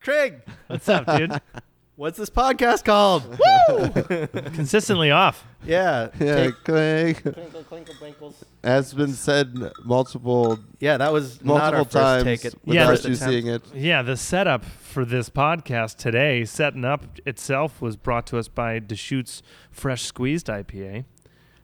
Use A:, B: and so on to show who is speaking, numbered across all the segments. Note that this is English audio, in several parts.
A: Trig,
B: What's up, dude?
A: what's this podcast called? Woo!
B: Consistently off.
A: yeah.
C: Yeah,
A: Take-
C: clink. Has been said multiple
A: yeah, that was not our
C: multiple
A: first
C: times
A: take it.
B: Yeah,
C: without
B: first
C: you seeing it.
B: Yeah, the setup for this podcast today, setting up itself, was brought to us by Deschutes Fresh Squeezed IPA.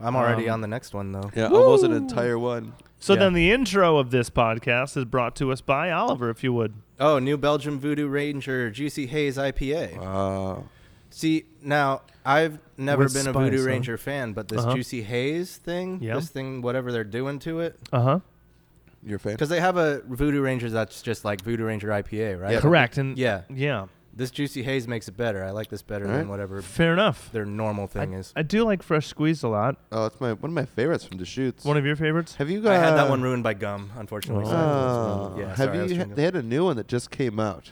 A: I'm already
B: Um,
A: on the next one though.
C: Yeah, almost an entire one.
B: So
A: Yeah.
B: then the intro of this podcast is brought to us by Oliver, if you would.
A: Oh, New Belgium Voodoo Ranger Juicy Haze IPA. Uh,
C: Wow.
A: See, now I've never
B: With
A: been a
B: spice,
A: Voodoo
B: huh?
A: Ranger fan, but this
B: Uh-huh.
A: Juicy Haze thing,
B: Yeah.
A: this thing, whatever they're doing to it,
B: Uh huh.
C: Your fan.
A: because they have a Voodoo Ranger that's just like Voodoo Ranger IPA, right?
C: Yeah.
B: Correct. And
A: Yeah.
B: yeah,
A: This Juicy Haze makes it better. I like this better
C: All
A: than
C: right.
A: whatever
B: fair enough.
A: their normal thing
B: I,
A: is.
B: I do like Fresh Squeezed a lot.
C: Oh, it's my one of my favorites from Deschutes.
B: One of your favorites?
C: have you got
A: I had that one ruined by gum, unfortunately. so I
C: Uh, Oh,
A: was- yeah,
C: have
A: sorry, I was
C: you?
A: drinking-
C: They had a new one that just came out,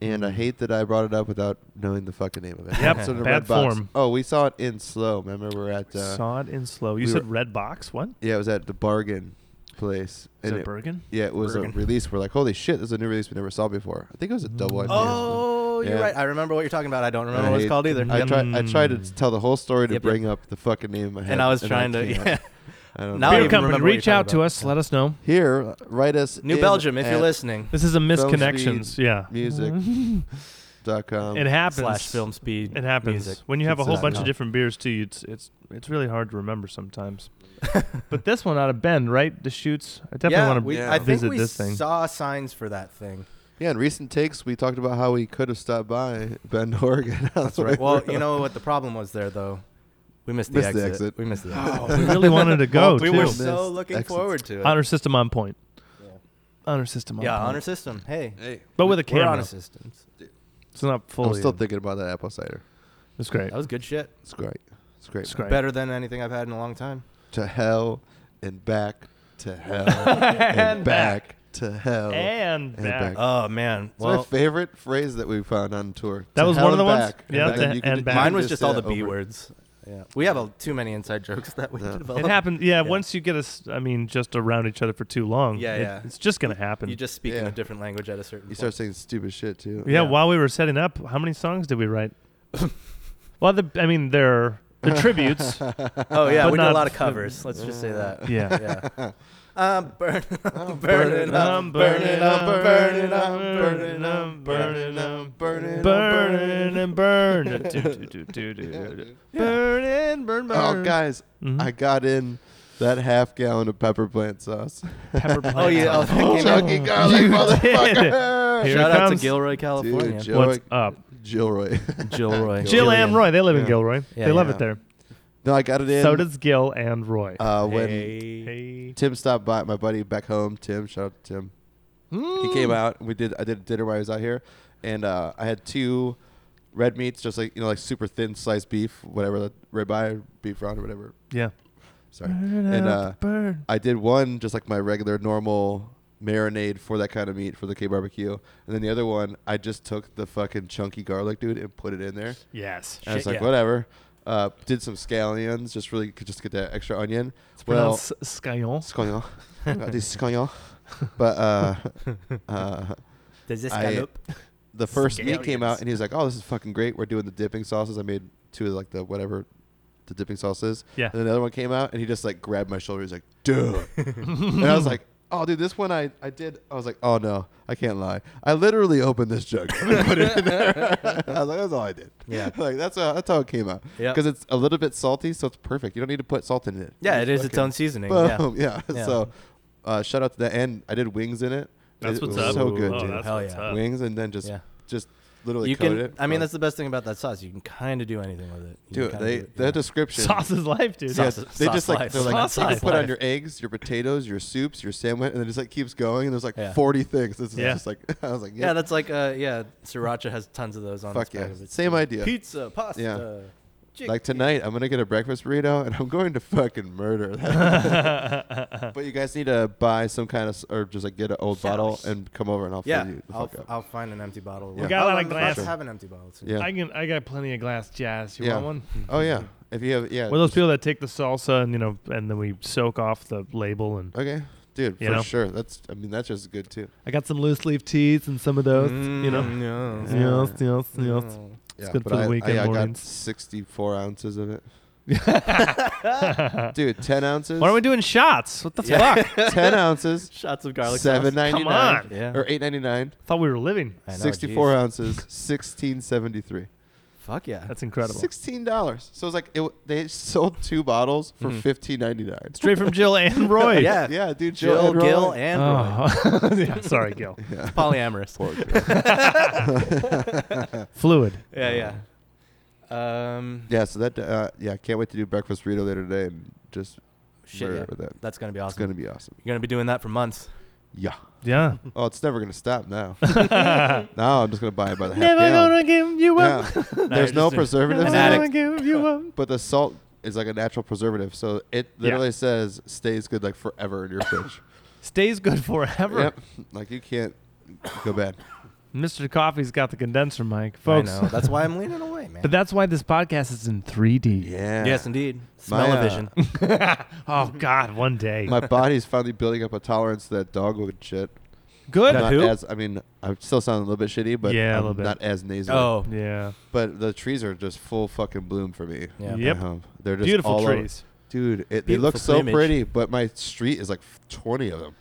C: and
A: Hmm.
C: I hate that I brought it up without knowing the fucking name of it.
B: Yep,
C: It's in a
B: bad
C: red box.
B: form.
C: Oh, we saw it in slow. Remember, we we're at uh,
B: Saw it in slow. You
C: we
B: said
C: were-
B: Red Box? What?
C: yeah, it was at the bargain place.
B: Is
C: and
B: that
C: it-
B: Bergen?
C: yeah, it was
A: Bergen.
C: a release. We're like, holy shit, this is a new release we never saw before. I think it was a double. IPA or something.
A: Oh, you're
C: Yeah.
A: right. I remember what you're talking about. I don't remember
C: I
A: what it's
C: hate-
A: called either.
C: I
B: Yep.
C: tried. I tried to
B: Mm.
C: tell the whole story to
A: Yep, yep.
C: bring up the fucking name in my head,
A: and I was trying to.
C: can't.
A: Yeah.
C: I don't
A: Now I
C: know.
B: Beer
A: even
B: company,
A: remember what you're
B: reach
A: talking
B: out to
A: about.
B: us. Let us know.
C: Here, write us
A: New
C: in
A: Belgium, if you're
C: at
A: listening.
B: This is a
C: Film
B: misconnections. Yeah.
C: music.com.
B: It happens.
A: Slash film speed.
B: It happens
A: music.
B: when you have a whole
A: Pizza.
B: bunch of
A: No.
B: different beers too. It's it's it's really hard to remember sometimes. but this one out of Bend, right? The shoots. I definitely
A: yeah,
B: want to
A: we,
C: Yeah.
A: I think
B: visit
A: we
B: this thing.
A: saw signs for that thing.
C: Yeah, in recent takes, we talked about how we could have stopped by Bend, Oregon. That's
A: Right. Well, you know what the problem was there though. We missed the,
C: Missed the
A: exit.
C: exit.
A: We missed the
B: Oh,
A: exit.
B: we really wanted to go
A: we
B: too.
A: were
C: Missed
A: so looking
C: exits.
A: forward to it.
B: honor system on point.
A: Yeah.
B: Honor system on
A: yeah,
B: point.
A: honor system. Hey,
C: Hey,
B: but with a
A: we're honor
B: camera.
A: systems.
B: It's not
C: I'm
B: fully.
C: still thinking about that apple cider.
B: It's great.
A: That was good shit.
C: It's great. It's great.
B: It's great.
A: Better than anything I've had in a long time.
C: To hell and back to hell and back to hell.
B: And
C: And
B: back.
C: back.
A: Oh man.
C: it's my
A: Well,
C: favorite phrase that we found on tour.
B: That
C: To
B: was
C: hell
B: one of
C: and
B: the ones?
C: back.
B: Yeah,
C: And then
B: to-
C: you could-
B: and
C: you
B: back.
C: could
A: mine was just
C: say
A: all the
C: that
A: B
C: over-
A: words. Yeah. We have a, too many inside jokes that we
C: Yeah.
A: developed.
B: It happened. Yeah,
A: Yeah.
B: Once you get us, I mean, just around each other for too long.
A: Yeah,
B: it-
A: yeah.
B: It's just gonna happen.
A: You just speak in
C: Yeah.
A: a different language at a certain
C: You
A: point.
C: start saying stupid shit too.
A: Yeah.
B: yeah, While we were setting up, how many songs did we write? well, the I mean, they're the tributes.
A: oh yeah,
B: but
A: we did a
B: not-
A: lot of covers. Let's just say that.
B: yeah.
A: Yeah. Um, I'm burning, I'm burning
C: burning
A: up,
B: I'm
A: burning up, burning up, burning
B: burning
A: up.
B: up, burning up,
C: burning,
B: burning and burn. Do, do, do, do, do, do. Burn and burn, burn.
C: Oh, guys,
B: Mhm.
C: I got in that half gallon of pepper plant sauce. E.
B: Pepper plant.
A: Oh, yeah, oh, that came out.
C: Chunky garlic,
B: You
C: motherfucker.
B: Here
A: Shout
B: it
A: out to
B: comes.
A: Gilroy, California.
C: Dude, Joe-
B: What's up?
C: Gilroy.
A: Gilroy.
B: Jill
A: Gillian.
B: and Roy. They live in
C: Yeah.
B: Gilroy.
A: Yeah,
B: they love
C: yeah.
B: it there.
C: no, I got it in.
B: So does Gil and Roy.
C: uh, when
A: Hey.
B: Hey.
C: Tim stopped by. My buddy back home, Tim. Shout out to Tim.
B: Hmm.
C: He came out. We did. I did dinner while I was out here, and uh, I had two red meats, just like you know, like super thin sliced beef, whatever, the ribeye, beef round, or whatever.
B: Yeah.
C: Sorry. And uh,
B: burn.
C: I did one just like my regular normal marinade for that kind of meat for the K barbecue, and then the other one I just took the fucking chunky garlic dude and put it in there.
B: Yes.
C: And I was
A: Shit,
C: like,
A: yeah.
C: whatever. Uh, did some scallions, just really could just get that extra onion.
B: It's
C: well,
B: pronounced scallion.
C: scallion, Got these scallion. But uh, uh,
A: Does this
C: I-
A: gallop?
C: the first meat
A: Scallions.
C: came out, and he was like, "Oh, this is fucking great. We're doing the dipping sauces. I made two of like the whatever." The dipping sauces,
B: Yeah.
C: And then another one came out, and he just like grabbed my shoulder. He's like, "Dude," and I was like, "Oh, dude, this one I, I did." I was like, "Oh no, I can't lie. I literally opened this jug and put it in there." I was like, "That's all I did."
A: Yeah.
C: like that's how, that's how it came out.
A: Yeah.
C: because it's a little bit salty, so it's perfect. You don't need to put salt in it.
A: Yeah,
C: You
A: it
C: just
A: is its
C: fucking-
A: own seasoning. Yeah.
C: Boom. Yeah.
A: Yeah.
C: So, uh, shout out to that, and I did wings in it.
B: That's
C: it
B: what's
C: was
B: up.
C: So good,
B: Oh,
C: dude.
B: that's
A: Hell
B: what's
A: yeah.
B: up.
C: wings, and then just
A: Yeah.
C: just literally
A: You
C: coat
A: can.
C: it.
A: I mean,
C: Uh,
A: that's the best thing about that sauce. You can kind of do anything with it. You
C: Dude,
A: can kinda
C: they
A: do it,
C: that
A: yeah.
C: description.
B: Sauce is life, dude.
C: Yeah,
A: Sauce-
C: they just like
A: life.
C: they're like
B: Sauce
C: you can
B: life.
C: put on your eggs, your potatoes, your soups, your sandwich, and it just like keeps going. And there's like
A: Yeah.
C: 40 things. This is
B: Yeah.
C: just like I was like,
A: Yeah, that's like uh, yeah. Sriracha has tons of those on.
C: fuck
A: its
C: yeah,
A: pack of its
C: same idea.
A: Pizza, pasta.
C: Yeah.
A: chick-
C: Like tonight, I'm gonna get a breakfast burrito and I'm going to fucking murder that. but you guys need to buy some kind of s- or just like get an old bottle and come over and I'll
A: Yeah,
C: fill you the
A: I'll,
C: fuck up.
A: I'll find an empty bottle.
C: We Yeah.
B: got a
A: I'll-
B: lot of
A: I'll
B: glass.
A: have an empty bottle. Too.
C: yeah,
B: I can. I got plenty of glass jazz. You
C: Yeah.
B: want one?
C: oh yeah, if you have yeah,
B: We're those
C: just-
B: people that take the salsa and you know, and then we soak off the label and
C: Okay, dude, for
B: You know?
C: sure. That's I mean that's just good too.
D: I got some loose leaf teas and
A: Mm,
D: some of those. you know.
A: know.
D: Yes, yes,
A: Mm.
D: yes.
C: Yeah,
D: good
C: but
D: for the
C: I,
D: weekend
C: I, I got
D: mornings.
C: 64 ounces of it,
B: Mm. Why
C: dude. 10 ounces.
B: are we doing shots? What the fuck?
C: 10 ounces.
A: Shots of garlic
C: Seven
A: sauce.
C: ninety
B: Come on.
C: nine
A: Yeah.
C: or eight ninety nine.
B: I thought we were living.
A: I know,
C: Sixty four
A: geez.
C: ounces, sixteen seventy three.
A: Fuck yeah.
B: That's incredible.
C: Sixteen dollars. So it's like it, w- they sold two bottles for
A: Mhm.
C: fifteen ninety nine.
B: Straight from Jill and Roy.
A: Yeah.
C: yeah, dude.
A: Jill,
C: and Roy.
A: Gil, and Roy.
B: Oh. yeah, sorry, Gil.
C: Yeah.
A: polyamorous.
C: Poor Jill.
B: Fluid.
A: Yeah, yeah. Um,
C: yeah. So that uh, yeah, I can't wait to do breakfast burrito later today and just
A: shit.
C: murder
A: yeah.
C: it with that.
A: That's gonna be
C: It's
A: awesome.
C: gonna be awesome.
A: You're gonna be doing that for months.
C: Yeah.
B: Yeah.
C: Oh, it's never gonna stop now.
B: Never
C: now I'm just gonna buy it by the half gallon.
B: gonna give you up.
C: Yeah. There's no
A: just a-
C: preservatives.
B: Never
A: an
C: in it.
A: addict.
B: gonna give you up.
C: But the salt is like a natural preservative, so it
B: Yeah.
C: literally says stays good like forever in your fridge.
B: Stays good forever.
C: Yep. Like you can't go bad.
B: Mr. Coffee's got the condenser mic, folks.
A: I know. That's why I'm leaning away, man.
B: But that's why this podcast is in 3D.
C: Yeah.
A: yes, indeed.
C: My,
A: Smell
C: uh,
A: of vision.
B: oh God, one day.
C: My body's finally building up a tolerance to that dogwood shit.
B: Good.
C: not
A: who?
C: as I mean, I still sound a little bit shitty, but
B: Yeah, a
C: I'm
B: little bit.
C: not as nasal.
A: Oh,
B: Yeah.
C: But the trees are just full fucking bloom for me.
A: Yeah.
C: at
B: Yep.
C: home. They're just
B: Beautiful
C: all over-
B: trees.
C: Dude, it, they
A: Beautiful
C: look so
A: plumage.
C: pretty, but my street is like 20 of them.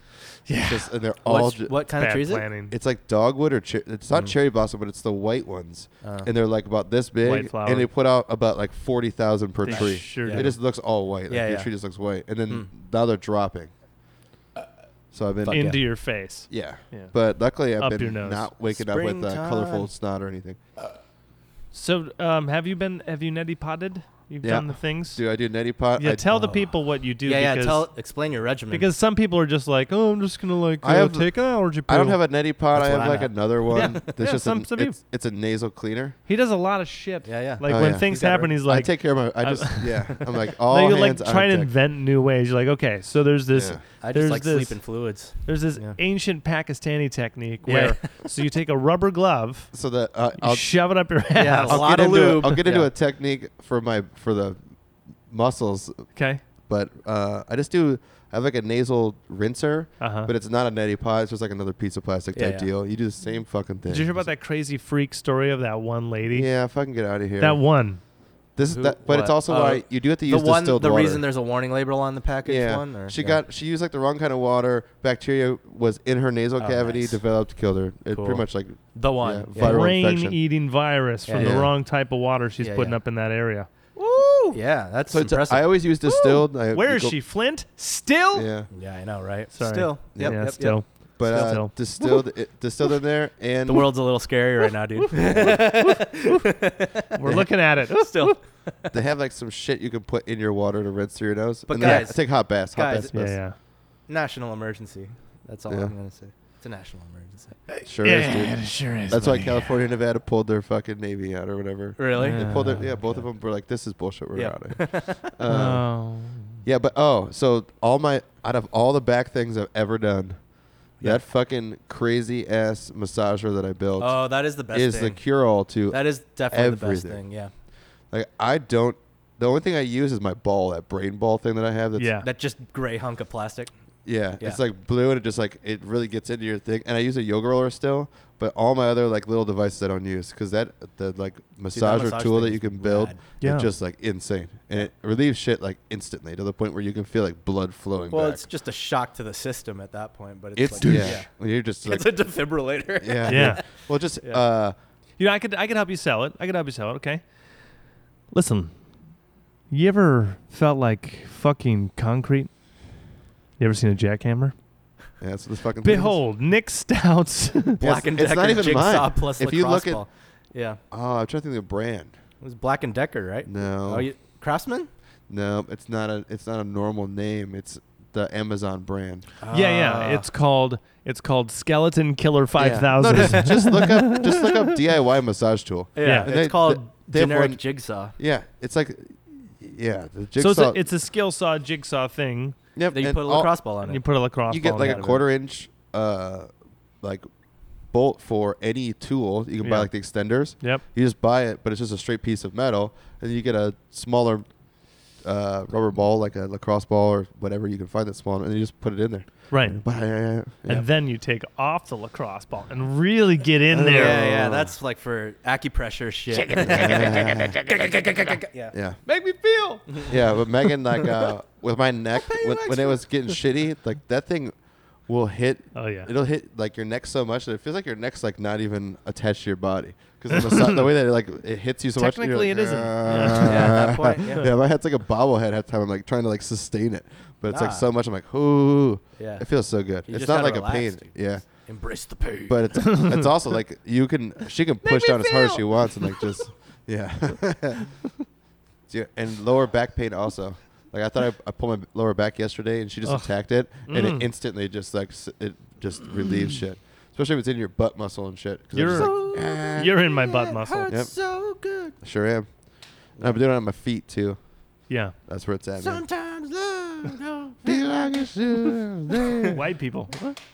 B: Yeah.
C: Just, and they're all
A: What's,
C: ju-
A: what kind of
B: Bad
A: tree is it?
B: planning.
C: It's like dogwood or cher- it's not
A: Mm.
C: cherry blossom, but it's the white ones,
A: Uh,
C: and they're like about this big,
B: flower.
C: and they put out about like forty thousand per
B: They
C: tree.
B: sure
A: Yeah.
C: It
B: do.
C: just looks all white. Like
A: Yeah,
C: your
A: yeah.
C: tree just looks white, and then
A: Mm.
C: now they're dropping. So I've been
A: Fuck.
B: into your face.
C: yeah,
B: Yeah.
C: but luckily I've
B: Up your
C: been
B: nose.
C: not waking up with uh,
A: Springtime.
C: colorful snot or anything.
B: So, um, have you been? Have you neti potted? You've
C: Yeah.
B: done the things.
C: Do I do neti pot?
B: yeah.
C: I,
B: tell the
A: Oh.
B: people what you do.
A: yeah, yeah.
B: because,
A: Tell, explain your regimen.
B: because some people are just like, oh, I'm just gonna like
C: I
B: uh,
C: have-
B: take an allergy pill.
C: I don't have a neti pot.
A: That's what
C: I have
A: I'm
C: like
A: at.
C: another one. that's
B: Yeah,
C: just
B: some-
C: an,
B: some people-
C: it's, it's a nasal cleaner.
B: He does a lot of shit.
A: Yeah, yeah.
B: Like
C: Oh,
B: when
C: yeah.
B: things
A: He's got
B: happen,
A: it.
B: he's like,
C: I take care of my. I
B: I'm-
C: just yeah. I'm like
B: No,
C: all
B: you're like
C: hands on
B: trying to
C: deck.
B: invent new ways. You're like, okay, so there's this,
C: Yeah.
A: I
B: there's
A: just like
B: this-
A: sleeping fluids.
B: there's this
A: Yeah.
B: ancient Pakistani technique
A: Yeah.
B: where, so you take a rubber glove,
C: So that uh,
B: you
C: I'll
B: shove it up your ass.
A: Yeah,
C: I'll
A: a lot
C: get
A: of
C: into
A: lube.
C: A, I'll get into
A: Yeah.
C: a technique for my for the muscles,
B: Okay.
C: but uh, I just do. I have like a nasal rinser,
B: Uh huh.
C: but it's not a neti pot. It's just like another piece of plastic
A: Uh-huh. Yeah,
C: type
A: yeah.
C: deal. You do the same fucking thing.
B: Did you hear about that crazy freak story of that one lady?
C: Yeah, fucking get out of here.
B: That one.
C: this is
A: Who-
C: that, but it's
A: what?
C: also
A: Uh,
C: why you do have to
A: The
C: use
A: one,
C: distilled
A: the
C: water.
A: reason there's a warning label on the package
C: yeah,
A: one. Or,
C: she
A: yeah.
C: got she used like the wrong kind of water. Bacteria was in her nasal
A: Oh,
C: cavity,
A: nice.
C: developed, killed her. It
A: Cool.
C: pretty much like
A: the one.
C: yeah, Viral infection.
B: Brain-eating virus from
A: Yeah,
B: the
C: yeah.
B: wrong type of water she's
A: Yeah,
B: putting
A: yeah.
B: up in that area.
A: Woo! Yeah, that's
C: so. It's
A: impressive.
C: I always use distilled. I,
B: Where
C: you
B: is
C: go-
B: she? Flint? Still?
C: Yeah.
A: yeah, I know, right?
B: Sorry.
A: Still. Yep,
B: yeah,
A: yep,
B: still.
A: Yep.
C: But uh,
B: Still.
C: distilled, it, distilled in there, and
A: The world's a little scary right now, dude.
B: We're looking at it.
A: still.
C: they have like some shit you can put in your water to rinse through your nose.
A: But
C: and then I-
A: guys-
C: I take hot baths. Hot
A: guys,
C: baths,
B: Yeah,
C: best.
B: yeah.
A: National emergency. That's all
C: Yeah.
A: I'm gonna say. It's a national emergency.
C: sure is,
B: Yeah,
C: dude.
B: it sure is.
C: That's why
B: buddy.
C: California and Nevada pulled their fucking navy out or whatever.
A: Really?
C: They
B: Yeah.
C: pulled their,
B: Ah,
C: yeah, both of
A: okay.
C: them were like, "This is bullshit. We're
A: Yeah.
C: out of it." Uh,
B: Oh.
C: yeah, but oh, so all my out of all the back things I've ever done,
A: Yeah.
C: that fucking crazy ass massager that I built
A: Oh, that is the best
C: is the
A: thing.
C: cure all to
A: that is definitely the best
C: everything.
A: thing. Yeah.
C: like I don't. The only thing I use is my ball, that brain ball thing that I have. That's
B: yeah.
A: That just gray hunk of plastic.
C: Yeah, it's
A: Yeah.
C: like blue, and it just like it really gets into your thing. And I use a yoga roller still, but all my other like little devices I don't use because that the like massager
A: massage
C: tool
A: thing
C: that
A: is
C: you can build,
A: rad.
B: Yeah.
C: it's just like insane, and it relieves shit like instantly to the point where you can feel like blood flowing.
A: Well,
C: back.
A: it's just a shock to the system at that point, but it's,
C: it's
A: like,
C: yeah, you're just
A: yeah.
C: like
A: It's a defibrillator.
C: yeah,
B: Yeah.
C: Well, just
A: Yeah.
C: uh,
B: You know, I could I could help you sell it. I could help you sell it. Okay. Listen, you ever felt like fucking concrete? You ever seen a jackhammer?
C: yeah, that's what this fucking thing is.
B: Behold, Nick Stouts.
A: Black
C: It's-
A: and
C: it's
A: Decker
C: not even
A: jigsaw
C: mine.
A: plus
C: If you
A: lacrosse
C: look at-
A: ball. Yeah.
C: Oh, I'm trying to think of the brand.
A: It was Black and Decker, right?
C: No,
A: Oh, you, Craftsman?
C: no, it's not a it's not a normal name. It's the Amazon brand.
B: yeah, yeah.
A: Uh,
B: It's called it's called Skeleton Killer Five Thousand.
C: Ah. No, just, just look up just look up DIY massage tool.
A: yeah.
B: yeah.
A: It's
C: They-
A: called
C: they have
A: generic
C: one-
A: jigsaw.
C: Yeah, it's like, yeah, the
B: so
C: jigsaw.
B: it's a, it's a skill saw jigsaw thing.
C: yep,
A: That you
C: and
A: put a
C: all-
A: lacrosse ball on
B: And
A: it.
B: you put a lacrosse
C: You get
B: ball
C: like
B: out
C: a
B: of it.
C: quarter inch, uh, like bolt for any tool. You can buy
B: Yeah.
C: like the extenders.
B: Yep.
C: You just buy it, but it's just a straight piece of metal, and you get a smaller uh, rubber ball, like a lacrosse ball or whatever you can find that's small, and you just put it in there.
B: Right.
C: Yeah.
B: And then you take off the lacrosse ball and really get in
C: Oh,
B: there. Oh.
A: Yeah, yeah, that's like for acupressure shit. yeah.
C: yeah.
B: Make me feel.
C: Yeah, but Megan, like uh, with my neck, when, when it was getting shitty, like that thing will hit.
B: Oh, yeah.
C: it'll hit like your neck so much that it feels like your neck's like not even attached to your body because the, massa- the way that it, like it hits you so
B: Technically, it
C: much.
B: isn't.
C: it
B: Yeah.
A: Yeah, at that point, yeah.
C: my head's like a bobblehead half the time. I'm like trying to like sustain it, but it's
A: Ah.
C: like so much. I'm like, ooh,
A: Yeah.
C: it feels so good.
A: You
C: it's
A: just
C: not
A: gotta relax,
C: like a pain.
A: dude.
C: Yeah,
A: Embrace the pain.
C: but uh, it's it's also like you can she can push
B: me
C: down as hard as
B: feel.
C: she wants and like just yeah. Yeah, and lower back pain also. Like I thought I, I pulled my lower back yesterday and she just
B: Ugh.
C: attacked it and
B: Mm.
C: it instantly just like s- it just relieves shit. Especially if it's in your butt muscle and shit. 'Cause I'm
B: You're-
C: just like, "Ah."
B: You're in my butt muscle.
C: hurts Yep.
A: so good.
C: sure am. And I've been doing it on my feet too.
B: Yeah.
C: That's where it's at. Man.
A: Sometimes love don't
C: Feel like it should be.
B: White people.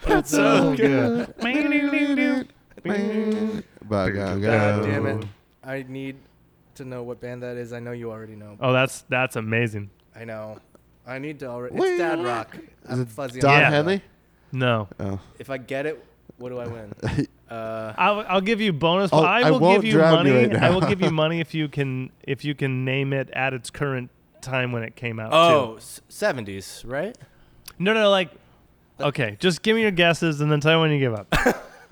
C: It's
B: so
C: good.
B: Oh, good.
C: By God,
A: God damn it. I need to know what band that is. I know you already know.
B: Oh, that's that's amazing.
A: I know. I need to already.
C: Wait,
A: It's Dad
C: what?
A: Rock.
C: Is
A: I'm
C: it
A: fuzzy. on
C: Don
B: Yeah.
A: that.
C: Henley?
B: No,
C: Oh.
A: If I get it, what do I win? Uh,
B: I'll, I'll give you bonus.
C: I'll-
B: I
C: Oh, I
B: will
C: won't
B: give you
C: drown
B: money.
C: you right
B: I will
C: now.
B: give you money if you can if you can name it at its current time when it came out.
A: oh, s- 70s, right?
B: too. no, no, like okay, just give me your guesses and then tell me when you give up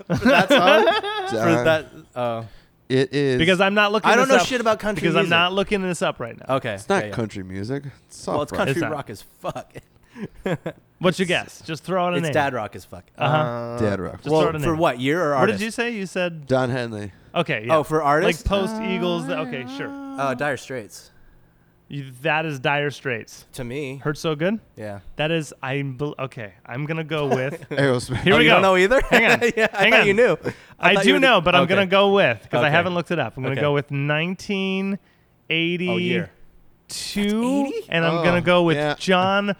A: That's on.
C: Don-
A: For that. Oh.
C: It is.
B: because I'm not looking.
A: I don't
B: this
A: know
B: up
A: shit about country
B: because I'm
A: music.
B: not looking this up right now.
A: Okay.
C: it's not
A: yeah, yeah.
C: country music. It's soft
A: Well, it's
C: rock.
A: country
B: not.
A: rock as fuck.
B: What's your guess? Just throw out a
A: it's
B: name.
A: dad Uh, rock as fuck.
B: Uh-huh.
C: Dad rock.
B: Just throw
A: well,
B: out a
A: for
B: name.
A: what year or
B: What
A: artist?
B: did you say? You said
C: Don Henley.
B: okay. Yeah.
A: Oh, for
B: like
A: artists.
B: post Eagles. th- Okay, sure.
A: uh, Dire Straits.
B: You, that is Dire Straits.
A: To me,
B: Hurt so good.
A: yeah.
B: That is I'm bel- okay. I'm gonna go with.
C: Aerosmith.
B: Here
A: oh,
B: we
A: you
B: go.
A: don't know either.
B: Hang on.
A: yeah, I
B: Hang
A: thought
B: on.
A: you knew.
B: I,
A: thought you
B: do
A: were the-
B: know, but I'm
A: Okay.
B: gonna go with because I
A: Okay.
B: haven't looked it up. I'm gonna
A: Okay.
B: go with 1982,
A: Oh, year.
B: and I'm
C: Oh,
B: gonna go with
C: yeah.
B: John.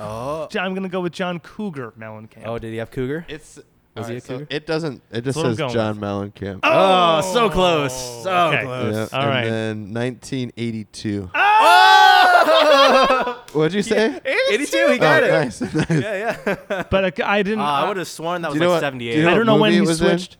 A: Oh.
B: I'm gonna go with John Cougar Mellencamp.
A: Oh, did he have cougar?
C: It's
A: Was he
C: alright,
A: a
C: so
A: cougar?
C: it doesn't. It just
B: what I'm
C: says
B: going
C: John Mellencamp.
A: Oh, so close. So
B: Okay.
A: close.
C: Yeah,
B: All
C: and
B: right.
C: then 1982.
A: Oh!
C: What'd you say?
A: 82, he got
C: oh,
A: it.
C: Nice. nice.
A: Yeah, yeah.
B: But I, I didn't.
A: Uh, I
B: I
A: would have sworn that
C: Do
A: was
C: you know
A: like
C: what-
A: 78.
C: do you
B: I
C: know
B: don't know
C: what
B: when
C: movie
B: he
C: it was in?
B: switched.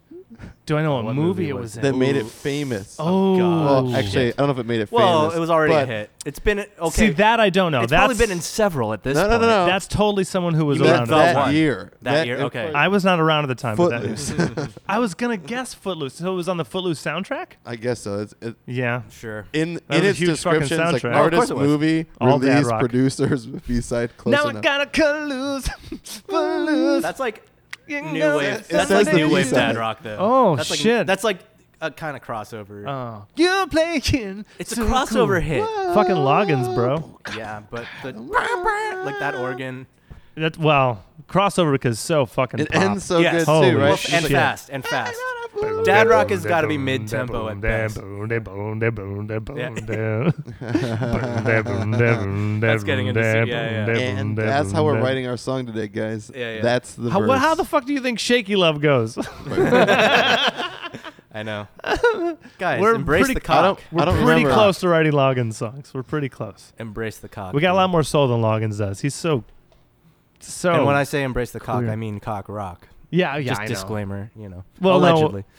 B: Do I know what,
A: what
B: movie,
A: movie
B: it
A: was
B: was in?
C: That made it famous.
B: oh,
C: Well, actually, I don't know if it made it
A: well,
C: famous.
A: it was already a
C: but
A: hit. It's been okay.
B: See that I don't know.
A: it's
B: That's
A: probably been in several at this
C: No,
A: point.
C: no, no, no.
B: That's totally someone who was
A: You mean
B: around.
A: the
B: at the
C: that
B: time.
A: one.
C: year.
A: That year, okay.
B: I was not around at the time. but that-
C: Footloose.
B: I was gonna guess Footloose. So it was on the Footloose soundtrack.
C: I guess so. It's, it,
B: Yeah.
A: Sure.
C: in
B: was
C: in
B: a
C: its
B: huge fucking
C: description, it's like
B: soundtrack.
A: Oh, of course
C: artist,
A: it was.
C: movie,
B: All Dad
C: release,
B: Rock.
C: producers, B-side, close
B: now I
C: enough.
B: gotta Footloose. Footloose.
A: That's like
B: You
A: new
B: know
A: wave.
C: it
A: That's
C: says
A: like
C: the
A: new
C: B
A: wave
C: side.
A: dad rock though.
B: Oh,
A: that's like,
B: shit.
A: That's like a kind of crossover.
B: Oh. You're playing.
A: it's a
B: so
A: crossover
B: cool.
A: hit.
B: Fucking Loggins, bro.
A: Yeah, but the like that organ.
B: That well, crossover because so fucking.
C: It
B: pop.
C: ends so
A: Yeah.
C: good
B: Holy
C: too, right?
A: Woof and
B: shit.
A: fast and fast. Dad Rock has got to be mid tempo at best. That's
B: That's
A: getting into- yeah, yeah.
C: And that's how we're writing our song today, guys.
A: Yeah, yeah.
C: That's the
B: How,
C: verse.
B: well, how the fuck do you think Shaky Love goes?
A: I know. Guys,
B: We're
A: embrace
B: pretty-
A: the
C: I don't,
A: cock.
B: We're
C: I don't
B: pretty
C: remember.
B: close to writing Loggins songs. We're pretty close.
A: Embrace the cock.
B: We got a
A: dude.
B: lot more soul than Loggins does. He's so, so.
A: And when I say embrace the cock,
B: Clear.
A: I mean cock rock.
B: yeah, yeah,
A: Just
B: I know.
A: disclaimer, you know.
B: Well, no.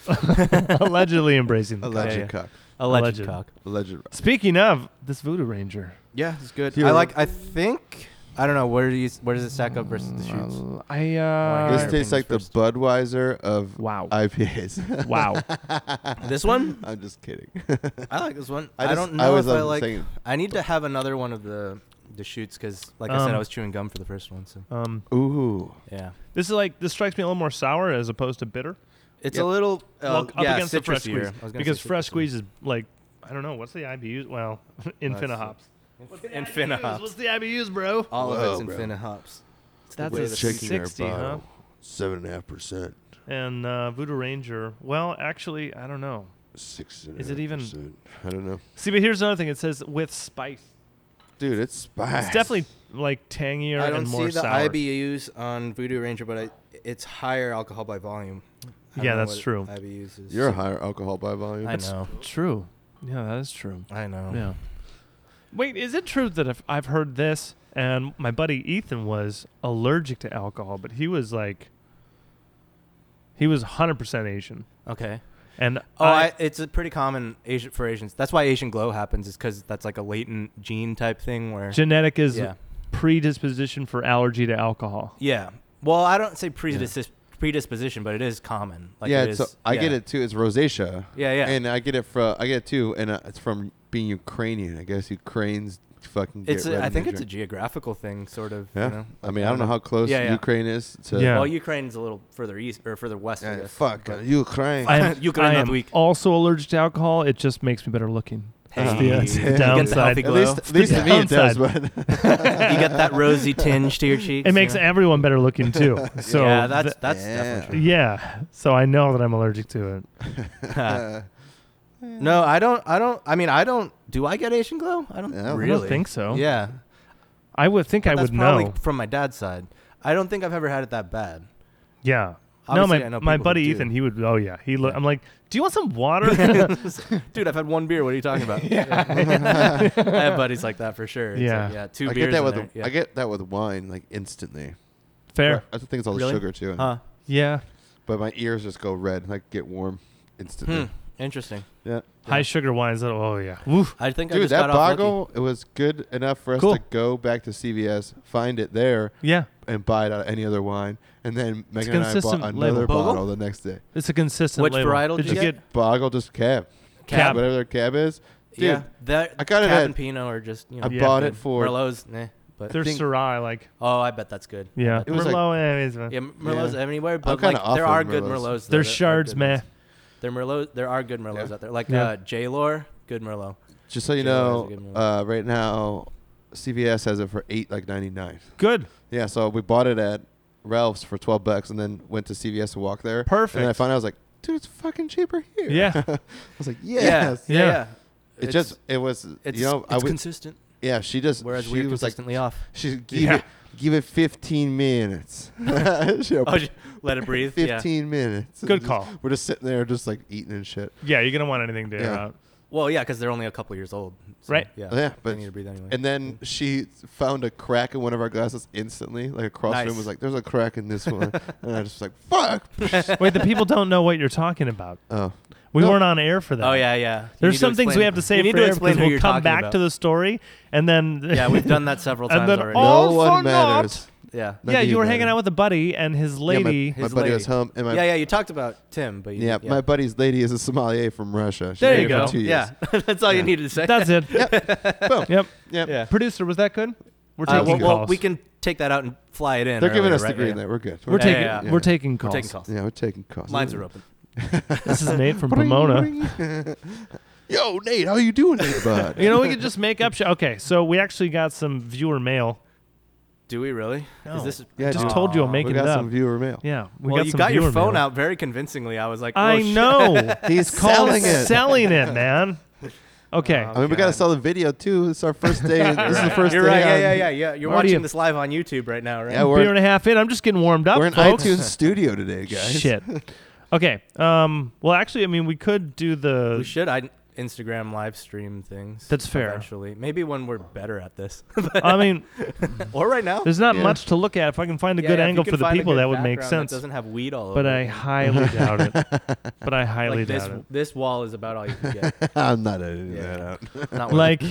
A: allegedly,
B: allegedly embracing. The
C: Alleged
A: Yeah, yeah.
C: cock.
A: alleged,
B: Alleged.
A: cock.
C: Alleged.
B: Speaking of this Voodoo Ranger,
A: Yeah, it's good.
C: Here.
A: I like. I think I don't know where do you where does it stack up versus the shoots.
B: I uh,
A: Wanna
C: This
A: Alright.
C: tastes like
A: First.
C: the Budweiser of
B: wow,
C: IPAs.
B: wow.
A: Uh, This one,
C: I'm just kidding.
A: I like this one. I,
C: I just-
A: don't
C: I
A: know
C: always
A: if I
C: love
A: like.
C: saying-
A: I need to have another one of the the shoots because, like I said, I
B: Um,
A: was chewing gum for the first one. So
B: Um,
C: Ooh.
A: yeah,
B: this is like this strikes me a little more sour as opposed to bitter.
A: it's
C: Yep.
A: a little uh,
B: Well, up
A: yeah,
B: against the
A: citrusier.
B: fresh squeeze
A: I was gonna
B: because
A: say
B: fresh
A: citrusier.
B: squeeze is like I don't know what's the IBUs. Well, infinite hops.
A: and finna hops.
B: the IBUs, bro?
A: All
C: Whoa,
A: of it's
C: bro.
A: in finna hops. It's the
B: That's
A: way
B: a
A: that-
C: Shaking their
B: 60, huh?
C: bottle. Seven and a half percent.
B: And uh, Voodoo Ranger. Well, actually, I don't know.
C: Six and a half percent.
B: Is it even-
C: I don't know.
B: See, but here's another thing. It says with spice.
C: Dude, it's spice.
B: It's definitely like tangier
A: I don't
B: and more
A: see the
B: sour.
A: IBUs on Voodoo Ranger, but I, it's higher alcohol by volume. I don't
B: Yeah,
A: know
B: that's
A: what
B: true.
A: IBUs is.
C: You're a higher alcohol by volume.
A: I know. Oh.
B: True. Yeah, that is true.
A: I know.
B: Yeah. Wait, is it true that if I've heard this and my buddy Ethan was allergic to alcohol, but he was like, he was 100% Asian.
A: Okay.
B: And
A: Oh, I, it's a pretty common Asian for Asians. That's why Asian glow happens, is because that's like a latent gene type thing where.
B: genetic is
A: yeah.
B: predisposition for allergy to alcohol.
A: Yeah. Well, I don't say predis- predisposition, but it is common. Like
C: yeah,
A: it is,
C: it's, I get
A: yeah.
C: it too. It's rosacea.
A: Yeah, yeah.
C: And I get it from I get it too, and uh, it's from being Ukrainian. I guess Ukrainians fucking. Get
A: It's a,
C: red
A: I think it's a
C: major.
A: geographical thing, sort of.
C: yeah.
A: You know?
C: I mean, I don't know how close
A: Yeah, yeah.
C: Ukraine is to.
B: Yeah.
A: Well, Ukraine's a little further east or further west. I
C: Yeah,
A: guess,
C: fuck
A: but-
C: Ukraine.
B: I am,
A: You could have
B: I
A: not
B: am
A: weak.
B: also allergic to alcohol. It just makes me better looking.
A: Hey,
C: the-
A: you
C: it's the
A: get
B: downside.
A: healthy
C: at
A: glow.
C: least, at least to me it does, but
A: you get that rosy tinge to your cheeks.
B: It makes
A: you know?
B: everyone better looking too. So
A: yeah, that's
B: th-
A: that's
C: Yeah.
A: definitely
B: yeah. So I know that I'm allergic to it.
A: true. no, I don't. I don't. I mean, I don't. Do I get Asian glow? I don't
C: Yeah, I don't
A: really
B: I don't think so.
A: Yeah,
B: I would think I
A: that's
B: would
A: probably
B: know.
A: from my dad's side. I don't think I've ever had it that bad.
B: Yeah. No,
A: Obviously,
B: my,
A: I know
B: my
A: people who
B: buddy
A: do.
B: Ethan, he would. Oh yeah, he. Lo-
A: Yeah.
B: I'm like, do you want some water?
A: Dude, I've had one beer. What are you talking about?
B: Yeah.
A: I have buddies like that for sure. It's
B: Yeah.
A: like, yeah, two
C: I
A: beers.
C: get that
A: in
C: with
A: there. yeah.
C: I get that with wine like instantly.
B: Fair.
C: I think it's all the
A: Really?
C: sugar too,
A: Huh.
B: Yeah.
C: but my ears just go red, like get warm
A: Hmm.
C: instantly.
A: Interesting.
C: Yeah,
B: High sugar wines. that- Oh yeah. Woof.
A: I think I
C: dude,
A: just
C: that
A: got off lucky.
C: boggle it was good enough for us
B: Cool.
C: to go back to CVS, find it there,
B: Yeah.
C: and buy it out of any other wine, and then Megan and I bought
B: consistent
C: another
B: label.
A: Boggle?
C: bottle the next day.
B: It's a consistent.
A: Which
B: label.
A: varietal
B: did
A: did
B: you
A: you
B: get?
C: Boggle just cab,
B: Cab.
C: whatever their cab is. Dude,
A: yeah, that
C: I got it
A: Cap
C: at-
A: and Pinot are just you know.
C: I
B: Yeah.
C: bought
A: good.
C: it for
A: Merlot's, nah, but
B: They're
C: think-
B: Syrah. Like
A: oh, I bet that's good.
B: yeah.
C: It was like-
B: Merlot. eh, it's, uh,
A: Yeah, Merlot's
C: Yeah.
A: anywhere, but
C: kinda
A: like
C: off
A: there
C: of
A: are good Merlots.
C: Merlots.
A: though, that
B: They're
A: are
B: shards,
A: good
B: meh.
A: ones. They're Merlot. There are good Merlots
C: Yeah.
A: out there, like
B: Yeah.
A: uh, J. Lore, good Merlot.
C: Just so
A: Yeah,
C: you
A: that was
C: know,
A: a good
C: uh, right now, CVS has it for eight like ninety nine.
B: Good.
C: Yeah, so we bought it at Ralph's for twelve bucks, and then went to CVS to walk there. And then I
B: Perfect.
C: found out I was like, dude, it's fucking cheaper here.
B: Yeah.
C: I was like, yes.
B: Yeah.
A: yeah, yeah.
C: It just it was
A: it's,
C: you know I
A: it's
C: would
A: consistent,
C: yeah she just
A: whereas
C: she
A: we're
C: was like
A: consistently off.
C: she give
B: Yeah.
C: it give it fifteen minutes.
A: Oh, j- let it breathe. Yeah.
C: Fifteen minutes.
B: Good
C: Just-
B: call.
C: We're just sitting there, just like eating and shit.
B: Yeah, you're gonna want anything to air
C: Yeah.
B: out.
A: Well, yeah, because they're only a couple years old. so,
B: Right.
A: Yeah.
C: Yeah, but-
A: they need to breathe anyway.
C: And then she found a crack in one of our glasses instantly. Like across the room
A: Nice.
C: was like, "There's a crack in this one," and I just was like, "Fuck."
B: Wait, the people don't know what you're talking about.
C: oh,
B: We
C: No.
B: weren't on air for that.
A: oh yeah, yeah. You need
B: There's
A: to
B: some things we
A: explain-
B: have to
A: you
B: say
A: need
B: for
A: to
B: air
A: explain
B: because
A: who
B: we'll
A: you're
B: come
A: talking
B: back
A: about.
B: to the story and then
A: Yeah, we've done that several
B: and
A: times
B: then
A: already.
B: all
C: No one
B: for naught.
C: matters.
A: yeah.
C: None
B: yeah,
C: of
B: you were
C: matter.
B: hanging out with a buddy and his lady.
C: Yeah, my, my
A: His
C: buddy
A: lady.
C: was home, and my
A: yeah, yeah. You talked about Tim, but you,
C: yeah, my buddy's lady is a sommelier from Russia. She's
B: There
C: been
B: you
C: here
B: go.
C: for two
A: yeah.
C: years.
A: That's all
C: Yeah.
A: you needed to say.
B: That's it.
C: Boom.
B: Yep.
C: Yep.
A: yeah.
B: Producer, was that good? We're
A: Uh,
B: taking
A: well, well,
B: calls.
A: we can take that out and fly it in.
C: They're giving
A: earlier,
C: us
A: right?
C: the green
A: Yeah.
C: light. We're good.
B: We're
A: Yeah,
B: taking.
A: yeah, yeah.
B: We're taking
A: We're
B: calls.
A: taking calls.
C: Yeah, we're taking calls.
A: Mines are open.
B: This is Nate from Pomona.
C: Yo, Nate, how you doing, Nate? Bud.
B: You know, we could just make up. Sh- okay, so we actually got some viewer mail.
A: Do we really?
B: No.
A: Is this?
C: Yeah,
B: I just
C: dude.
B: told you I'm
A: Aw.
C: we
B: making
C: got
B: it up.
C: some viewer mail.
B: yeah, we
A: well,
B: got
A: you
B: some
A: got your
B: viewer
A: phone
B: mail.
A: out very convincingly. I was like, oh,
B: I
A: shit.
B: know.
C: He's
B: Calling
C: calling it. Uh,
B: selling it, man. Okay.
C: I mean, we gotta
A: God.
C: sell the video too. It's our first day. this is the
A: Right.
C: first
A: You're
C: day.
A: right. Yeah,
C: on-
A: yeah, yeah, yeah. You're
B: Why do
A: watching
B: you-
A: this live on YouTube right now, right?
C: Yeah, we're,
B: beer and a half in. I'm just getting warmed up.
C: we're in
B: folks.
C: iTunes Studio today, guys.
B: Shit. Okay. Um. Well, actually, I mean, we could do
A: we
B: the.
A: should I Instagram live stream things.
B: That's fair.
A: Eventually, maybe when we're better at this,
B: I mean,
A: or right now.
B: there's not
C: Yeah.
B: much to look at. If I can find a
A: Yeah,
B: good
A: yeah, if you
B: angle
A: can
B: for the
A: find a
B: people,
A: good
B: that would make
A: background
B: sense.
A: That doesn't have weed all over.
B: But
A: it.
B: I highly doubt it. But I highly
A: like this
B: doubt it.
A: this wall is about all you can get.
C: I'm not editing
A: Yeah.
C: that out.
A: Not worth it.
B: Like,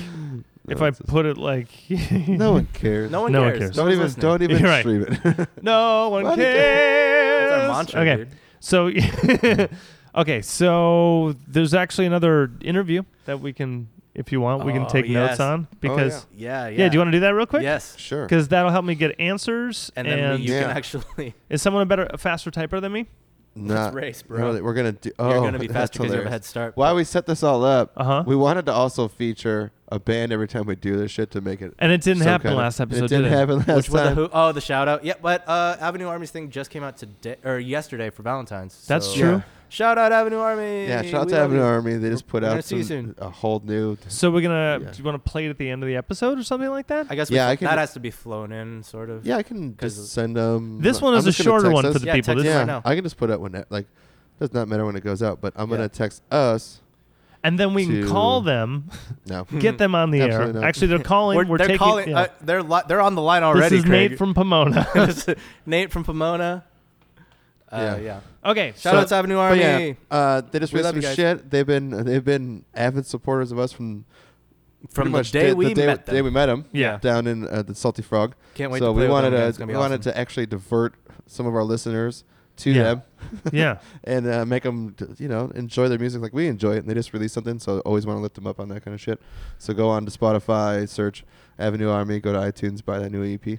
B: if I
C: it's just-
B: put it like,
C: No one cares.
A: no one
B: no one
A: cares.
B: cares.
C: Don't
A: one's
C: even.
A: listening.
C: Don't even
B: You're right.
C: stream it.
B: no one
C: Why do you-
B: cares.
A: That's our mantra,
B: okay.
A: dude.
B: So, okay, so there's actually another interview that we can, if you want, we can
A: Oh,
B: take notes
A: yes.
B: on because
A: Yeah, yeah.
B: yeah. do you want to do that real quick?
A: Yes.
C: sure.
B: because that'll help me get answers.
A: And then we- you
C: Yeah.
A: can actually
B: is someone a better, a faster typer than me?
C: Nah,
A: race,
C: no,
A: bro.
C: that we're gonna do. Oh,
A: you're gonna be
C: that's
A: faster because you have a
C: hilarious.
A: head start.
C: Why we set this all up?
B: Uh huh.
C: We wanted to also feature a band every time we do this shit to make it.
B: And it didn't
C: some
B: happen
C: kinda-
B: last episode.
C: It didn't
B: did
C: happen last
A: Which were the
C: time.
A: who? Oh, the shout out. Yeah, but uh, Avenue Army's thing just came out today or yesterday for Valentine's.
B: That's
A: so-
B: true.
C: Yeah.
A: Shout out Avenue Army.
C: Yeah, shout out
A: We
C: to
A: love
C: Avenue
A: you.
C: Army. They just put
A: We're
C: out
A: gonna see you
C: some-
A: soon.
C: a whole new.
B: So we're gonna.
C: Yeah.
B: Do you want to play it at the end of the episode or something like that?
A: I guess
C: Yeah,
A: we,
C: I can-
A: that has to be flown in, sort of.
C: Yeah, I can
A: 'Cause of-
C: just send them.
B: this one
C: I'm
B: is a
C: just gonna
B: shorter
C: text
B: one
C: us.
B: for the
A: Yeah,
B: people.
A: text
B: This
A: us
B: is-
A: right
C: Yeah,
A: now.
C: I can just put out when like does not matter when it goes out, but I'm
A: Yeah.
C: gonna text us
B: and then we can
C: To-
B: call them,
C: No.
B: get them on the air.
C: Absolutely not.
B: Actually, they're calling. We're,
A: We're- they're
B: taking.
A: calling.
B: yeah.
A: Uh, they're li- they're on the line already.
B: this is
A: Craig.
B: Nate from Pomona.
A: This is Nate from Pomona. Uh,
C: Yeah.
A: yeah.
B: okay,
A: Shout
B: so
A: out to Avenue
C: But
A: Army.
C: yeah, uh, they just
A: We
C: made
A: love
C: some
A: you guys.
C: shit. They've been they've been avid supporters of us from pretty
A: From the
C: much
A: day
C: the,
A: we
C: the day,
A: met them.
C: day we met them.
B: Yeah.
C: down in uh, the Salty Frog.
A: Can't wait
C: so
A: to play
C: we
A: with
C: wanted
A: them.
C: to
A: It's gonna be
C: we wanted
A: awesome.
C: to actually divert some of our listeners to
B: Yeah.
C: them
B: yeah,
C: and uh, make them you know enjoy their music like we enjoy it. And they just released something, so I always want to lift them up on that kind of shit. So go on to Spotify, search Avenue Army, go to iTunes, buy that new E EP.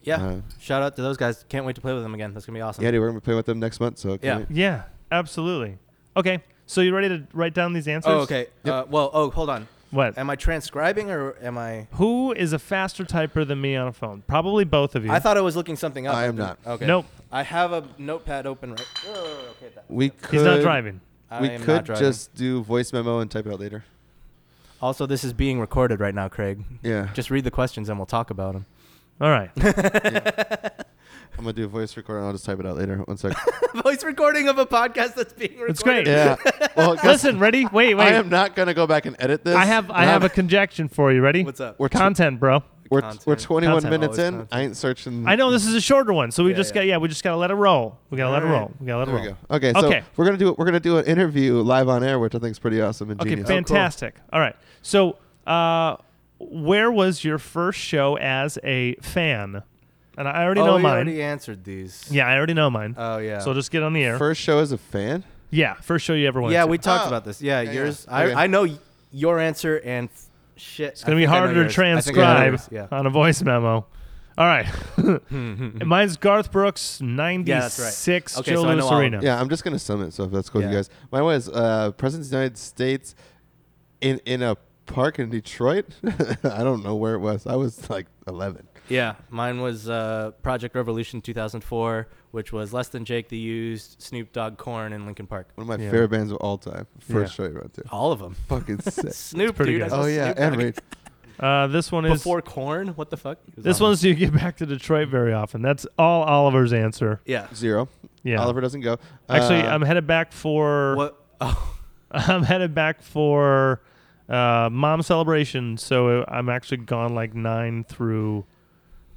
A: Yeah.
C: Uh,
A: Shout out to those guys. Can't wait to play with them again. That's gonna be awesome.
C: yeah, dude, we're gonna be playing with them next month. So
A: Yeah.
C: can we-
B: yeah, absolutely. Okay, so you ready to write down these answers?
A: Oh, okay. Uh, well, oh, hold on.
B: What?
A: Am I transcribing or am I?
B: Who is a faster typer than me on a phone? Probably both of you.
A: I thought I was looking something up.
C: I am
A: didn't-
C: not.
A: Okay.
B: Nope,
A: I have a notepad open right. Oh, okay. That,
C: we could
B: he's not driving.
A: I
C: We
A: am not
C: could
A: driving.
C: just do voice memo and type it out later.
A: Also, this is being recorded right now, Craig.
C: Yeah,
A: Just read the questions and we'll talk about them.
B: All right.
C: I'm gonna do a voice record and I'll just type it out later. One sec.
A: Voice recording of a podcast that's being recorded.
B: It's great.
C: yeah. Well, guess
B: Listen, ready? Wait, wait.
C: I am not gonna go back and edit this.
B: I have I
C: And
B: have a
C: I'm-
B: conjecture for you. Ready?
A: What's up?
C: We're tw-
B: Content, bro.
C: We're,
A: Content.
C: we're 21
B: Content.
C: minutes
A: Always
C: in.
A: content.
C: I ain't searching.
B: I know this is a shorter one, so we
A: Yeah,
B: just
A: yeah.
B: got yeah, we just gotta let it roll. We gotta let it
A: All right.
B: roll. We gotta let
C: There
B: it
C: we
B: roll.
C: go. Okay, so
B: Okay.
C: we're gonna do we're gonna do an interview live on air, which I think is pretty awesome and
A: Oh,
B: Okay,
C: genius.
B: fantastic. All right. So, uh, where was your first show as a fan? And I already
A: oh,
B: know
A: we
B: mine.
A: already answered these.
B: yeah, I already know mine.
A: Oh yeah.
B: So just get on the air.
C: First show as a fan.
B: yeah, first show you ever went.
A: yeah,
B: to.
A: we talked
C: Oh.
A: about this. Yeah,
C: Yeah, yeah.
A: yours.
C: Okay.
A: I I know y- your answer and f- shit. It's
B: It's gonna be harder to transcribe on a voice memo. All right. Mine's Garth Brooks, ninety-six.
A: Okay,
B: Joe
A: so I know
B: Louis
A: all of
B: Arena.
A: them.
C: Yeah, I'm just gonna sum it. So if that's cool with you
A: Yeah.
C: guys, mine was uh, President of the United States in in a park in Detroit. I don't know where it was. I was like 11.
A: Yeah, mine was uh, Project Revolution 2004, which was Less Than Jake the Used, Snoop Dogg, Corn, and Linkin Park.
C: One of my
B: Yeah.
C: favorite bands of all time. First
B: Yeah.
C: show you went to.
A: All of them.
C: Fucking sick.
A: Snoop,
B: pretty
A: dude.
B: good.
A: I saw
C: oh yeah,
A: Snoop
C: and
A: Dogg
C: Rage.
B: Uh, this one is
A: Before Corn, what the fuck? It was
B: this
A: awesome.
B: one's you get back to Detroit very often. That's all Oliver's answer.
A: yeah.
C: zero.
B: Yeah.
C: Oliver doesn't go.
B: Actually,
C: Uh,
B: I'm headed back for
A: What? Oh,
B: I'm headed back for uh, mom celebration. So uh, I'm actually gone like nine through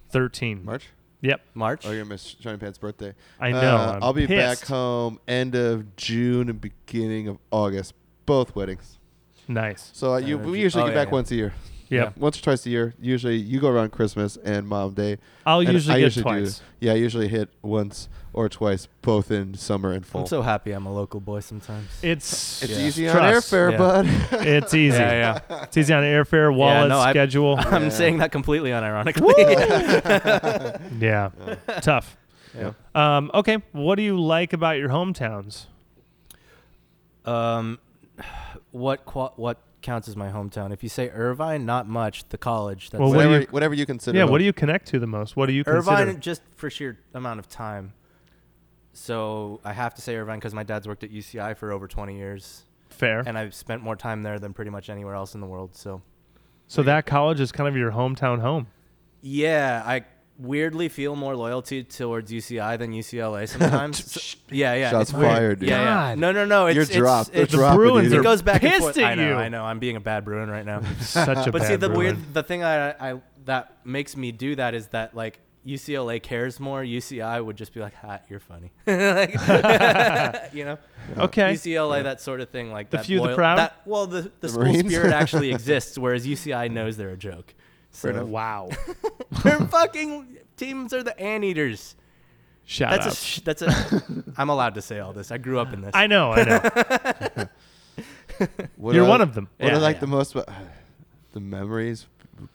B: thirteen.
C: March.
B: Yep,
A: March.
C: Oh, you're gonna miss Johnny Pants' birthday.
B: I know.
C: Uh,
B: I'm
C: will be
B: pissed.
C: back home end of June and beginning of August. Both weddings.
B: Nice.
C: So uh, you,
A: End of
C: we
A: Ju-
C: usually
A: oh,
C: get
A: yeah,
C: back
A: yeah.
C: once a year.
B: Yep.
C: Once or twice a year. Usually you go around Christmas and Mom Day.
B: I'll
C: And
B: usually
C: I
B: get
C: usually do.
B: twice.
C: Yeah, I usually hit once or twice, both in summer and fall.
A: I'm so happy I'm a local boy sometimes.
B: It's
C: it's
A: Yeah.
C: easy on
B: Trust.
C: airfare,
A: Yeah.
C: bud.
B: it's easy.
A: Yeah,
B: It's easy on airfare, wallet,
A: no, I-
B: schedule.
A: I'm
C: Yeah.
A: saying that completely unironically.
B: yeah, tough.
C: Yeah.
B: Um, okay, what do you like about your hometowns?
A: um, what qua what counts as my hometown? If you say Irvine, not much. The college. That's
B: Well, what do
C: whatever,
B: you-
C: whatever you consider.
B: yeah,
C: home.
B: what do you connect to the most? What do you
A: Irvine,
B: consider?
A: just for sheer amount of time. So I have to say Irvine because my dad's worked at UCI for over 20 years,
B: Fair.
A: and I've spent more time there than pretty much anywhere else in the world. So
B: So that college is kind of your hometown home.
A: yeah, I weirdly feel more loyalty towards UCI than UCLA sometimes. yeah, yeah,
C: Shots
A: it's weird.
C: fired, dude.
A: Yeah, yeah.
B: God.
A: no, no, no. It's,
C: You're
A: it's,
C: dropped. They're
A: It's,
B: The
C: dropping
B: Bruins
C: either.
A: it goes back
B: pissed
A: and forth.
B: at
A: I know,
B: you.
A: I know. I'm being a bad Bruin right now.
B: Such a
A: but
B: bad
A: see, the
B: Bruin.
A: weird, the thing I, I that makes me do that is that like UCLA cares more. UCI would just be like, "Ha, you're funny," Like, you know.
B: Okay.
A: UCLA, that sort of thing, like
B: The
A: that.
B: few, the
A: loyal-
B: proud?
A: that- well, the, the, school
C: Marines?
A: spirit actually exists, whereas UCI knows they're a joke. So
B: Wow.
A: their fucking teams are the anteaters.
B: Shout
A: That's
B: out.
A: a. Sh- that's a. I'm allowed to say all this. I grew up in this.
B: I know, I know.
C: What
B: You're
C: I-
B: one of them.
C: What I
A: Yeah,
C: like
A: yeah.
C: the most about the memories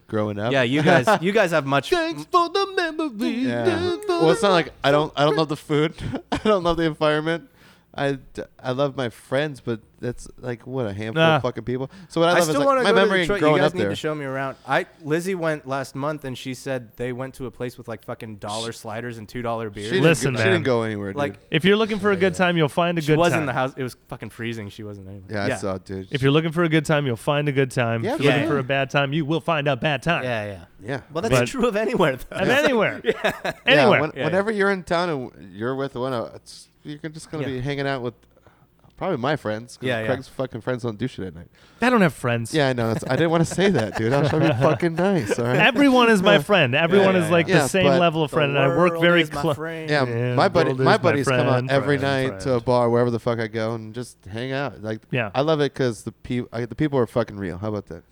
C: growing up.
A: yeah, you guys. You guys have much.
D: for the memory.
C: Yeah. Well, it's not like I don't. I don't love the food. I don't love the environment. I, d- I love my friends, but that's like what a handful
B: Nah.
C: of fucking people. So what I
A: I,
C: love is
A: still
C: like
A: want
C: my
A: to go to
C: memory
A: Detroit. You
C: growing
A: guys
C: up
A: need
C: there.
A: to show me around. I Lizzie went last month and she said they went to a place with like fucking dollar sliders and two dollar
C: She
A: beers.
C: didn't,
B: Listen,
C: go,
B: man.
C: she didn't go anywhere. Dude.
A: like
C: Like
B: If you're looking for a good time, you'll find a
A: she
B: good
A: was
B: time.
A: in the house. It was fucking freezing. She wasn't anywhere.
C: yeah, I
A: yeah.
C: saw it, dude.
B: If you're looking for a good time, you'll find a good time.
C: Yeah,
B: if you're looking
A: yeah.
B: for a bad time, you will find a bad time.
A: yeah, yeah.
C: yeah,
A: Well,
B: But-
A: that's true of anywhere though.
B: And anywhere.
C: Yeah,
B: Anywhere.
C: when-
A: Yeah,
C: whenever you're in town and you're with one, of- it's, you're just gonna
A: Yeah.
C: be hanging out with Probably my friends. 'cause
A: Yeah, yeah.
C: Craig's fucking friends don't do shit at night.
B: I don't have friends.
C: Yeah, I know. That's, I didn't want to say that, dude. I was trying to be fucking nice. All right.
B: Everyone is my friend. Everyone
A: yeah,
B: is like
C: yeah.
B: the
C: Yeah,
B: same
C: but
B: level of friend, and I work very close.
C: yeah,
B: Yeah,
C: my buddy,
B: world is
C: my
B: my
C: buddies come out
B: friend,
C: every
B: friend,
C: night to a
B: friend.
C: bar wherever the fuck I go and just hang out. Like,
B: Yeah.
C: I love it because the people, the people are fucking real. How about that?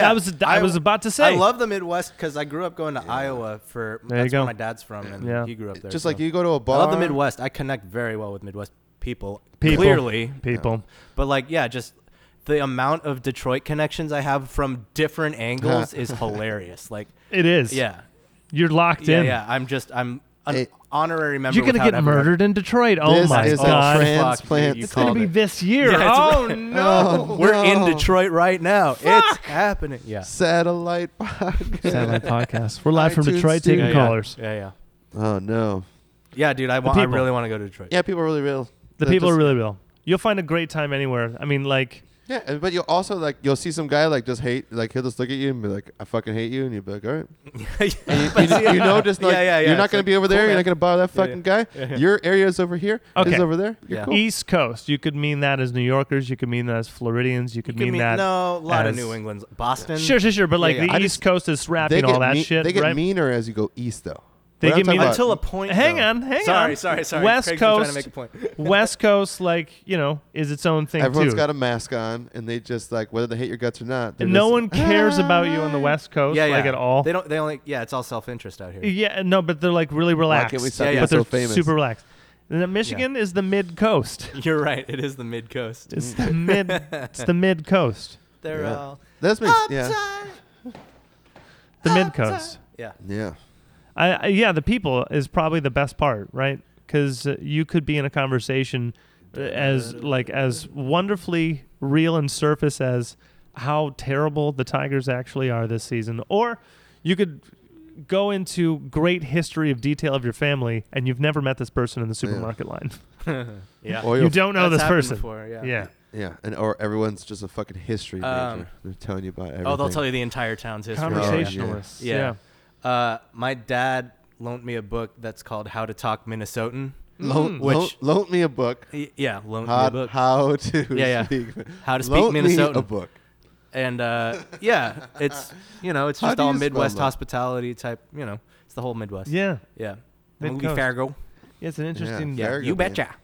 B: I was I, was about to say.
A: I love the Midwest because I grew up going to Iowa for
B: There you
A: that's
B: go.
A: where my dad's from and
B: Yeah.
A: he grew up there.
C: Just
A: so.
C: like you go to a bar.
A: I love the Midwest. I connect very well with Midwest people,
B: People.
A: clearly.
B: people.
A: But like, yeah, just the amount of Detroit connections I have from different angles is hilarious. Like,
B: It is.
A: yeah,
B: you're locked
A: yeah,
B: in.
A: yeah. I'm just I'm an
C: It-
A: honorary member.
B: You're gonna
A: without
B: get
A: having-
B: murdered in Detroit. Oh
C: This
B: my
C: is
B: god!
C: a
A: Fuck,
C: transplant.
A: dude, you
B: it's gonna be this year.
A: Yeah, it's
B: oh
A: right.
B: no!
A: We're in
C: No.
A: Detroit right now. It's happening. Yeah.
C: satellite podcast.
B: Satellite podcast. We're live from
C: iTunes
B: Detroit,
C: Studio.
B: taking
A: yeah,
B: callers.
A: Yeah, yeah.
C: Oh no.
A: Yeah, dude, I want. I
B: people.
A: really want to go to Detroit.
C: Yeah, people are really real.
B: The
C: They're
B: people
C: just-
B: are really real. You'll find a great time anywhere. I mean, like,
C: Yeah, and- but you'll also like you'll see some guy like just hate like he'll just look at you and be like, I fucking hate you, and you'll be like, all right.
A: Yeah.
C: You, you know, just like
A: Yeah, yeah, yeah.
C: you're not
A: It's
C: gonna
A: like,
C: be over there.
A: cool,
C: You're
A: man.
C: not gonna bother that
A: Yeah,
C: fucking
A: yeah.
C: guy. Your area's over here.
B: Okay.
C: His over there. You're
A: Yeah.
C: cool.
B: East Coast. You could mean that as New Yorkers. You could mean that as Floridians. You could
A: Could
B: mean, that.
A: no, a lot
B: as-
A: of New England's Boston.
B: Sure, sure, sure. But like
A: Yeah, yeah.
B: the
A: I
B: East Coast is
C: They
B: rapping all
C: get
B: that
C: mean-
B: shit,
C: They get
B: right?
C: meaner as you go east, though.
B: They
C: What I'm
B: get
C: talking
B: meaner-
C: about-
A: until a point.
B: Hang
A: though.
B: on, hang
A: sorry,
B: on.
A: Sorry, sorry,
B: West
A: Craig's been
B: Coast-
A: Trying to make a point.
B: West Coast, like you know, is its own thing
C: Everyone's
B: too.
C: got a mask on, and they just like whether they hate your guts or not. they're
B: And no
C: just-
B: one cares about you
A: Ah.
B: on the West Coast,
A: yeah, yeah.
B: like at all.
A: They don't. They only. Yeah, it's all self-interest out here.
B: Yeah, no, but they're like really relaxed.
C: can't we stop
A: Yeah, yeah.
B: But they're
C: so famous?
B: super relaxed. And then Michigan is the mid coast.
A: You're right. It is the mid coast.
B: It's the mid. It's the mid coast.
A: They're
C: Yeah.
A: all
C: That's me. Yeah.
A: upside.
B: The mid coast.
A: Yeah.
C: Yeah.
B: I, I yeah, the people is probably the best part, right? Because uh, you could be in a conversation uh, as like as wonderfully real and surface as how terrible the Tigers actually are this season, or you could go into great history of detail of your family and you've never met this person in the supermarket line.
A: Yeah.
C: Or
B: You
C: your-
B: don't know
A: That's
B: this
A: happened
B: person.
A: Before, yeah.
B: Yeah.
C: Yeah, and or everyone's just a fucking history major.
A: Um,
C: They're telling you about everything. Oh,
A: Oh, they'll tell you the entire town's history.
B: Conversationalists.
A: Yeah.
B: yeah.
A: Uh, my dad loaned me a book that's called How to Talk Minnesotan.
C: Loan,
A: Hmm. Which-
C: loan, loan me a book.
A: Y- Yeah, loaned me a
C: Mm. How,
A: book.
C: how to
A: Yeah, yeah.
C: speak.
A: How to speak
C: Loan me a
A: Minnesotan.
C: book.
A: and uh, yeah, it's you know, it's
C: How
A: just
C: do
A: all
C: you spell
A: Midwest
C: that?
A: hospitality type. You know, it's the whole Midwest.
B: Yeah.
A: yeah. The movie
B: Mid-coast.
A: Fargo.
B: It's an interesting.
A: Yeah,
C: Fargo,
A: you
C: man.
A: betcha.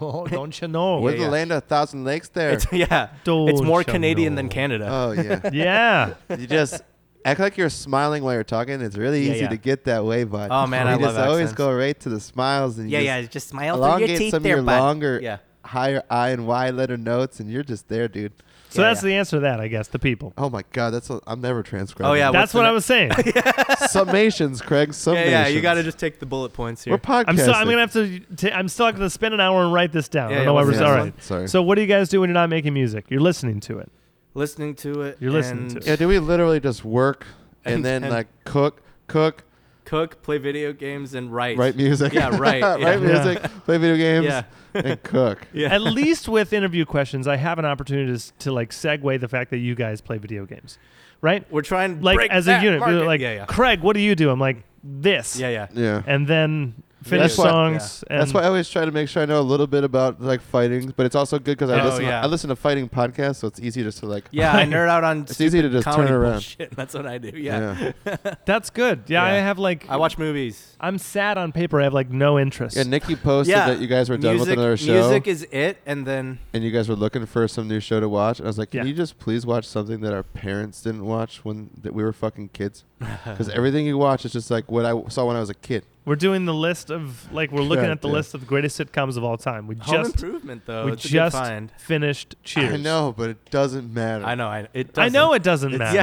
B: oh, don't you know?
C: We're
A: yeah.
C: the land of a thousand lakes there.
A: It's, yeah, it's
B: Don't
A: more
B: you
A: Canadian
B: know.
A: than Canada.
C: oh, yeah.
B: yeah.
C: You just act like you're smiling while you're talking. It's really
A: Yeah,
C: easy
A: yeah.
C: to get that way, but
A: Oh, man,
C: you
A: I
C: just
A: love
C: always
A: accents.
C: go right to the smiles and you
A: yeah,
C: just
A: yeah. Just smile through your
C: elongate
A: teeth
C: some of
A: there,
C: your
A: bud.
C: longer,
A: Yeah.
C: higher I and Y letter notes, and you're just there, dude.
B: So
A: Yeah,
B: that's
A: yeah.
B: the answer to that, I guess. The people.
C: Oh my God, that's a, I'm never transcribing.
A: Oh, yeah,
C: that.
B: That's
A: the
B: what I
A: ne-
B: was saying.
C: summations, Craig. Summations.
A: Yeah, yeah. You got to just take the bullet points here.
C: We're podcasting.
B: I'm still. I'm gonna have to. T- I'm still gonna spend an hour and write this down.
A: Yeah,
B: I don't
A: yeah,
B: know why
A: what's
B: we're
A: the
B: so- all
A: next
B: right.
A: one?
C: Sorry.
B: So what do you guys do when you're not making music? You're listening to it.
A: listening to it.
B: You're listening to
A: and
B: it.
C: Yeah, do we literally just work and,
A: And-
C: then
A: and-
C: like cook, cook,
A: Cook, play video games, and write.
C: write music?
A: Yeah, right,
C: write
A: yeah.
C: music, play video games,
A: Yeah.
C: and cook.
A: Yeah.
B: At least with interview questions, I have an opportunity to, s- to like segue the fact that you guys play video games, right?
A: We're trying to
B: Like
A: break
B: as a
A: that
B: unit, you're
A: market.
B: like
A: yeah, yeah.
B: Craig, what do you do? I'm like this.
A: Yeah, yeah.
C: Yeah.
B: And then finish
C: That's why-
B: songs. and
C: That's why I always try to make sure I know a little bit about like fighting, but it's also good because I
A: Oh,
C: listen.
A: yeah.
C: I listen to fighting podcasts, so it's easy just to like.
A: Yeah, I nerd out on
C: It's easy to just
A: comedy
C: turn around.
A: bullshit. That's what I do. Yeah.
C: yeah.
B: that's good. Yeah, I
A: Yeah.
B: have like
A: I watch movies.
B: I'm sad on paper. I have like no interest.
C: Yeah, Nikki posted
A: yeah.
C: that you guys were done
A: music,
C: with another show,
A: Music is it, and then
C: and you guys were looking for some new show to watch. And I was like, "Can
B: Yeah.
C: you just please watch something that our parents didn't watch when that we were fucking kids?
A: Uh.
C: Because everything you watch is just like what I saw when I was a kid."
B: We're doing the list of like we're looking
C: Yeah,
B: at the
C: yeah.
B: list of greatest sitcoms of all time. We
A: Home
B: just
A: Improvement though.
B: we
A: Oh, it's
B: just
A: a good find.
B: finished Cheers.
C: I know, but it doesn't matter.
A: I know. I it.
B: I
A: Doesn't.
B: know it doesn't
A: It's-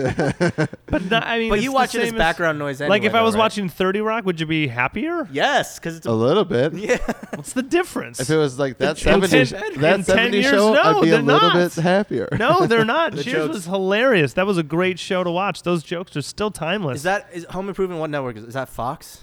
A: Yeah,
B: But no- I mean,
A: but
B: it's
A: you
B: the
A: watch it as
B: same
A: background noise. Anyway,
B: like if I
A: though,
B: was
A: right?
B: watching Thirty Rock, would you be happier?
A: Yes, because it's
C: a
A: a,
C: little bit.
B: What's the difference?
C: If it was like that
B: In
C: 70s,
B: ten-
C: that
B: in 10
C: 70s
B: years,
C: show,
B: no,
C: I'd be a
B: they're
C: little
B: not.
C: bit happier.
B: no, they're not.
A: The
B: Cheers
A: jokes.
B: was hilarious. That was a great show to watch. Those jokes are still timeless.
A: is that is Home Improvement what network is? Is that Fox?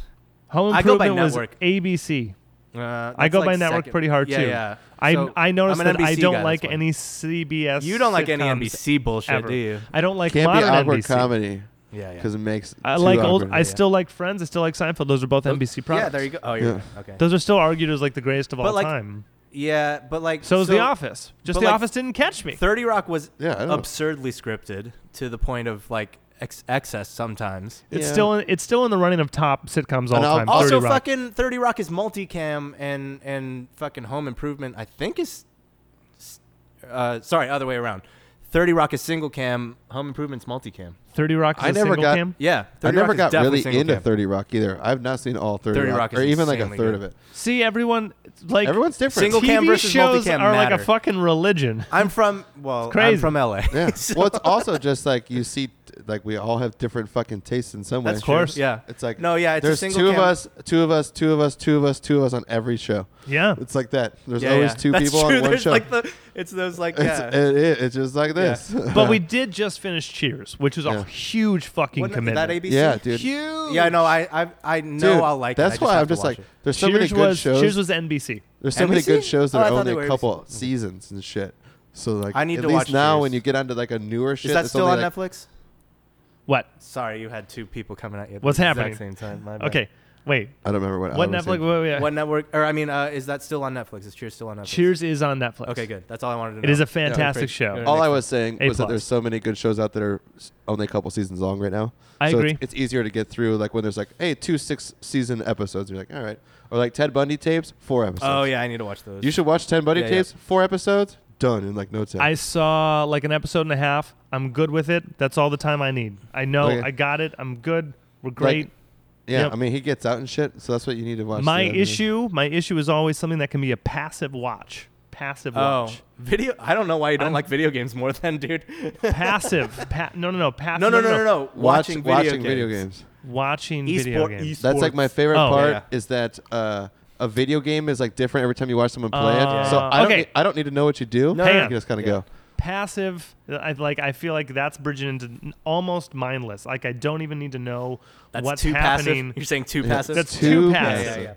B: Home
A: I go by
B: Improvement was
A: network.
B: ABC.
A: Uh,
B: I
A: that's
B: go by
A: like
B: network
A: second.
B: pretty hard
A: yeah,
B: too.
A: Yeah,
B: I
A: So,
B: I noticed
A: I'm an
B: that I
A: NBC
B: don't
A: guy,
B: like
A: that's why.
B: any CBS.
A: You don't like any
B: sitcoms
A: NBC bullshit,
B: ever.
A: do you?
B: I don't like
C: Can't be
B: modern
C: awkward
B: NBC.
C: comedy
A: Yeah, yeah.
C: because it makes.
B: I
C: too
B: like old.
C: awkward.
B: I still like Friends. I still like Seinfeld. Those are both NBC products.
A: Yeah, there you go. Oh, you're
C: Yeah.
A: right. okay.
B: Those are still argued as like the greatest of
A: But,
B: all
A: like,
B: time.
A: yeah, but like
B: So is The Office. Just
A: but
B: The
A: like-
B: Office didn't catch me.
A: Thirty Rock was
C: Yeah, I know.
A: absurdly scripted to the point of like ex- excess sometimes.
B: It's
C: Yeah.
B: still in, it's still in the running of top sitcoms all
C: And I'll-
B: time. 30
A: Also,
B: Rock.
A: fucking Thirty Rock is multicam and and fucking Home Improvement. I think is, uh, sorry, other way around. Thirty Rock is single cam. Home Improvement's multicam.
B: Thirty Rock. Is
C: I
B: a
C: never
B: single
C: got-
B: cam.
A: Yeah,
C: I
A: 30
C: never
A: Rock is
C: got
A: definitely
C: really
A: single
C: into
A: cam.
C: 30 Rock either. I've not seen all 30,
A: 30
C: Rock,
A: Rock is
C: or even like a
A: insanely
C: third
A: good.
C: of it.
B: See, everyone like
C: Everyone's different.
A: Single
B: TV
A: cam versus
B: shows
A: multicam
B: are like
A: matter.
B: a fucking religion.
A: I'm from well,
B: crazy.
A: I'm from LA.
C: yeah.
A: So-
C: Well, it's also just like you see, like we all have different fucking tastes in some way.
B: That's Of course.
A: yeah.
C: It's like
A: no, yeah. It's
C: there's
A: a single
C: two
A: cam.
C: of us, two of us, two of us, two of us, two of us on every show.
B: Yeah.
C: It's like that. There's
A: Yeah,
C: always
A: yeah.
C: two
A: That's
C: people
A: true.
C: on one
A: There's
C: show.
A: Like the, it's those like
C: it's,
A: yeah.
C: it- it- it's just like
A: Yeah.
C: this.
B: But we did just finish Cheers, which was
C: Yeah.
B: a huge fucking
A: Wasn't it-
B: commitment.
A: that ABC.
C: yeah, dude.
B: Huge.
A: Yeah, no, I I I know
C: Dude,
A: I'll like it. I
C: That's
A: just
C: why
A: have
C: I'm
A: to
C: just
A: watch
C: like,
A: it.
C: there's so
B: Cheers
C: many good
B: was
C: shows.
B: Cheers was NBC.
C: There's so many
A: NBC?
C: good shows
A: Oh,
C: that
A: I
C: are
A: thought
C: only
A: they were
C: a
A: ABC.
C: couple seasons and shit. So like,
A: I need
C: at
A: to
C: least
A: watch
C: now
A: Cheers.
C: when you get onto like a newer shit.
A: Is that
C: it's
A: still
C: only,
A: on
C: like-
A: Netflix?
B: What?
A: Sorry, you had two people coming at you. At
B: What's
A: the
B: happening?
A: Exact same time. My bad.
B: Okay, wait.
C: I don't remember what.
B: What
C: I was
B: Netflix?
C: in.
B: Wait, wait,
A: What network? Or I mean, uh, is that still on Netflix? Is Cheers still on Netflix?
B: Cheers is on Netflix.
A: Okay, good. That's all I wanted to know.
B: It is a
C: great.
B: fantastic show.
A: Good.
C: All
A: Next
C: I
A: one.
C: was saying
B: A
C: was that
B: plus.
C: there's so many good shows out that are s- only a couple seasons long right now.
B: I
C: so
B: agree.
C: It's, it's easier to get through like when there's like hey two six season episodes. You're like all right, or like Ted Bundy tapes four episodes.
A: Oh yeah, I need to watch those.
C: You should watch Ted Bundy
A: Yeah, yeah.
C: tapes four episodes done in like no time.
B: I saw like an episode and a half. I'm good with it. That's all the time I need. I know
C: Okay.
B: I got it. I'm good. We're great.
C: yeah,
B: yep.
C: I mean he gets out and shit, so that's what you need to watch.
B: my
C: the-
B: issue, my issue is always something that can be a passive watch. Passive
A: Oh,
B: watch.
A: video. I don't know why you don't
B: I'm-
A: like video games more than dude.
B: Passive. pa- no, no, no. Passive.
A: No, no, no, no, no.
C: Watch,
A: Watching video
C: watching
A: games.
C: video games.
B: Watching
A: Esport-
B: video games.
C: That's like my
A: Sports.
C: favorite
B: Oh.
C: part
A: Yeah.
C: is that uh, a video game is like different every time you watch someone play
B: Uh,
C: it. So I don't
B: okay.
C: need, I don't need to know what you do.
A: No,
B: Hang
C: you
B: on.
C: can just kind of go.
B: passive. I like. I feel like that's bridging into n- almost mindless. Like I don't even need to know
A: That's
B: what's
A: too
B: happening.
A: passive. You're saying too
C: Yeah.
A: passive.
B: That's
C: Too
B: too
A: yeah,
B: passive.
A: yeah, yeah.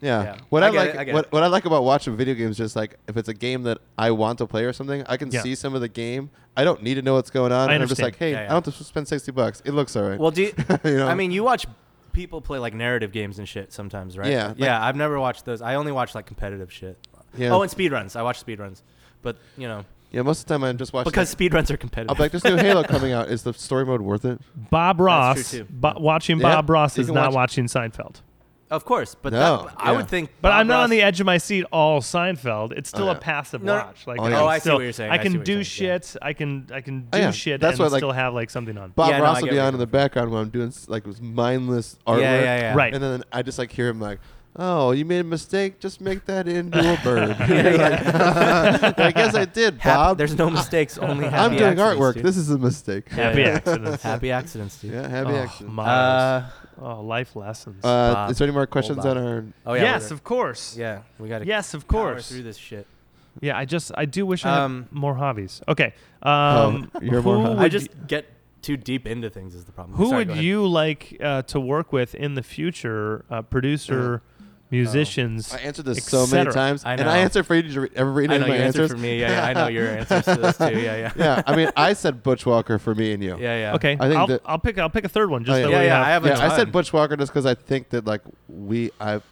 C: Yeah.
A: Yeah.
C: What
A: I
C: I,
A: get
C: like
A: it, I get
C: what,
A: it.
C: what I like about watching video games just like if it's a game that I want to play or something, I can
B: Yeah.
C: see some of the game. I don't need to know what's going on.
B: I
C: and I'm just
B: understand.
C: like, hey,
A: Yeah, yeah.
C: I don't have to spend sixty bucks. It looks all right.
A: Well, do you,
C: You know?
A: I mean, you watch people play like narrative games and shit sometimes, right?
C: Yeah, like-
A: yeah. I've never watched those. I only watch like competitive shit.
C: Yeah.
A: Oh, and speedruns. I watch speedruns, but you know,
C: yeah, most of the time I'm just watching
A: because speedruns are
C: I'll
A: competitive.
C: be like, this new Halo coming out. Is the story mode worth it?
B: Bob Ross.
A: true, too.
B: Bo- watching
C: Yeah,
B: Bob Ross
C: you
B: is
C: can
B: not
C: watch-
B: watching Seinfeld.
A: of course, but
C: No,
A: that, I
C: yeah.
A: would think.
B: But
A: Bob
B: I'm not on
A: Ross-
B: the edge of my seat all Seinfeld. It's still
C: Oh,
B: a
C: yeah.
B: passive
A: No, no.
B: watch. Like
C: Oh,
B: I'm
C: yeah. Oh, I
A: see
B: still,
A: what you're saying.
B: I
A: I
B: can
A: see what
B: do
A: you're saying, yeah.
B: shit. I can I can do
C: Oh, yeah.
B: shit
C: That's
B: and
C: what, like-
B: still have like something on.
C: Bob
A: Yeah, no, I
C: Ross
A: get
C: will
A: what
C: be
A: you're
C: on in the
A: coming from.
C: background while I'm doing s- like this mindless artwork.
A: Yeah, yeah, yeah.
B: Right.
C: And then I just like hear him like, "Oh, you made a mistake. Just make that into a bird."
A: Yeah,
C: You're
A: yeah.
C: like, I guess I did,
A: Hap-
C: Bob.
A: there's no mistakes. Only happy
C: I'm doing
A: accidents,
C: artwork.
A: Dude.
C: This is a mistake.
A: Yeah,
B: Happy
A: yeah.
B: accidents.
A: happy accidents, dude.
C: Yeah, happy
B: Oh,
C: accident.
B: Miles.
A: Uh,
B: oh, life lessons.
C: Uh,
A: Bob.
C: is there any more questions
A: Bob.
C: on our?
A: oh yeah.
B: yes,
A: we're-
B: of course.
A: yeah, we got to.
B: Yes, of course.
A: Through this shit.
B: Yeah, I just I do wish I had
A: Um,
B: more hobbies. Okay. Um
C: Oh, you're more
B: who
C: hobby-
B: would
A: I just get too deep into things is the problem.
B: who
A: Sorry, go
B: would
A: ahead.
B: you like uh, to work with in the future? Uh, producer,
A: Uh-huh.
B: musicians.
C: I answered this
B: et
C: so many
B: cetera.
C: times,
A: I
C: and I
A: know.
C: answered for you. Did you re- ever read
A: I
C: any
A: know
C: of my
A: you answered
C: answers?
A: for me. Yeah, yeah, I know your answers to this too. Yeah, yeah.
C: yeah, I mean, I said Butch Walker for me and you.
A: Yeah, yeah.
B: Okay,
C: I think
B: I'll,
C: that-
B: I'll pick I'll pick a third one just
C: Oh,
B: so
C: yeah.
A: Yeah,
B: we
A: yeah.
B: have-
A: I have a
C: Yeah, I
A: ton.
C: said Butch Walker just because I think that like we I've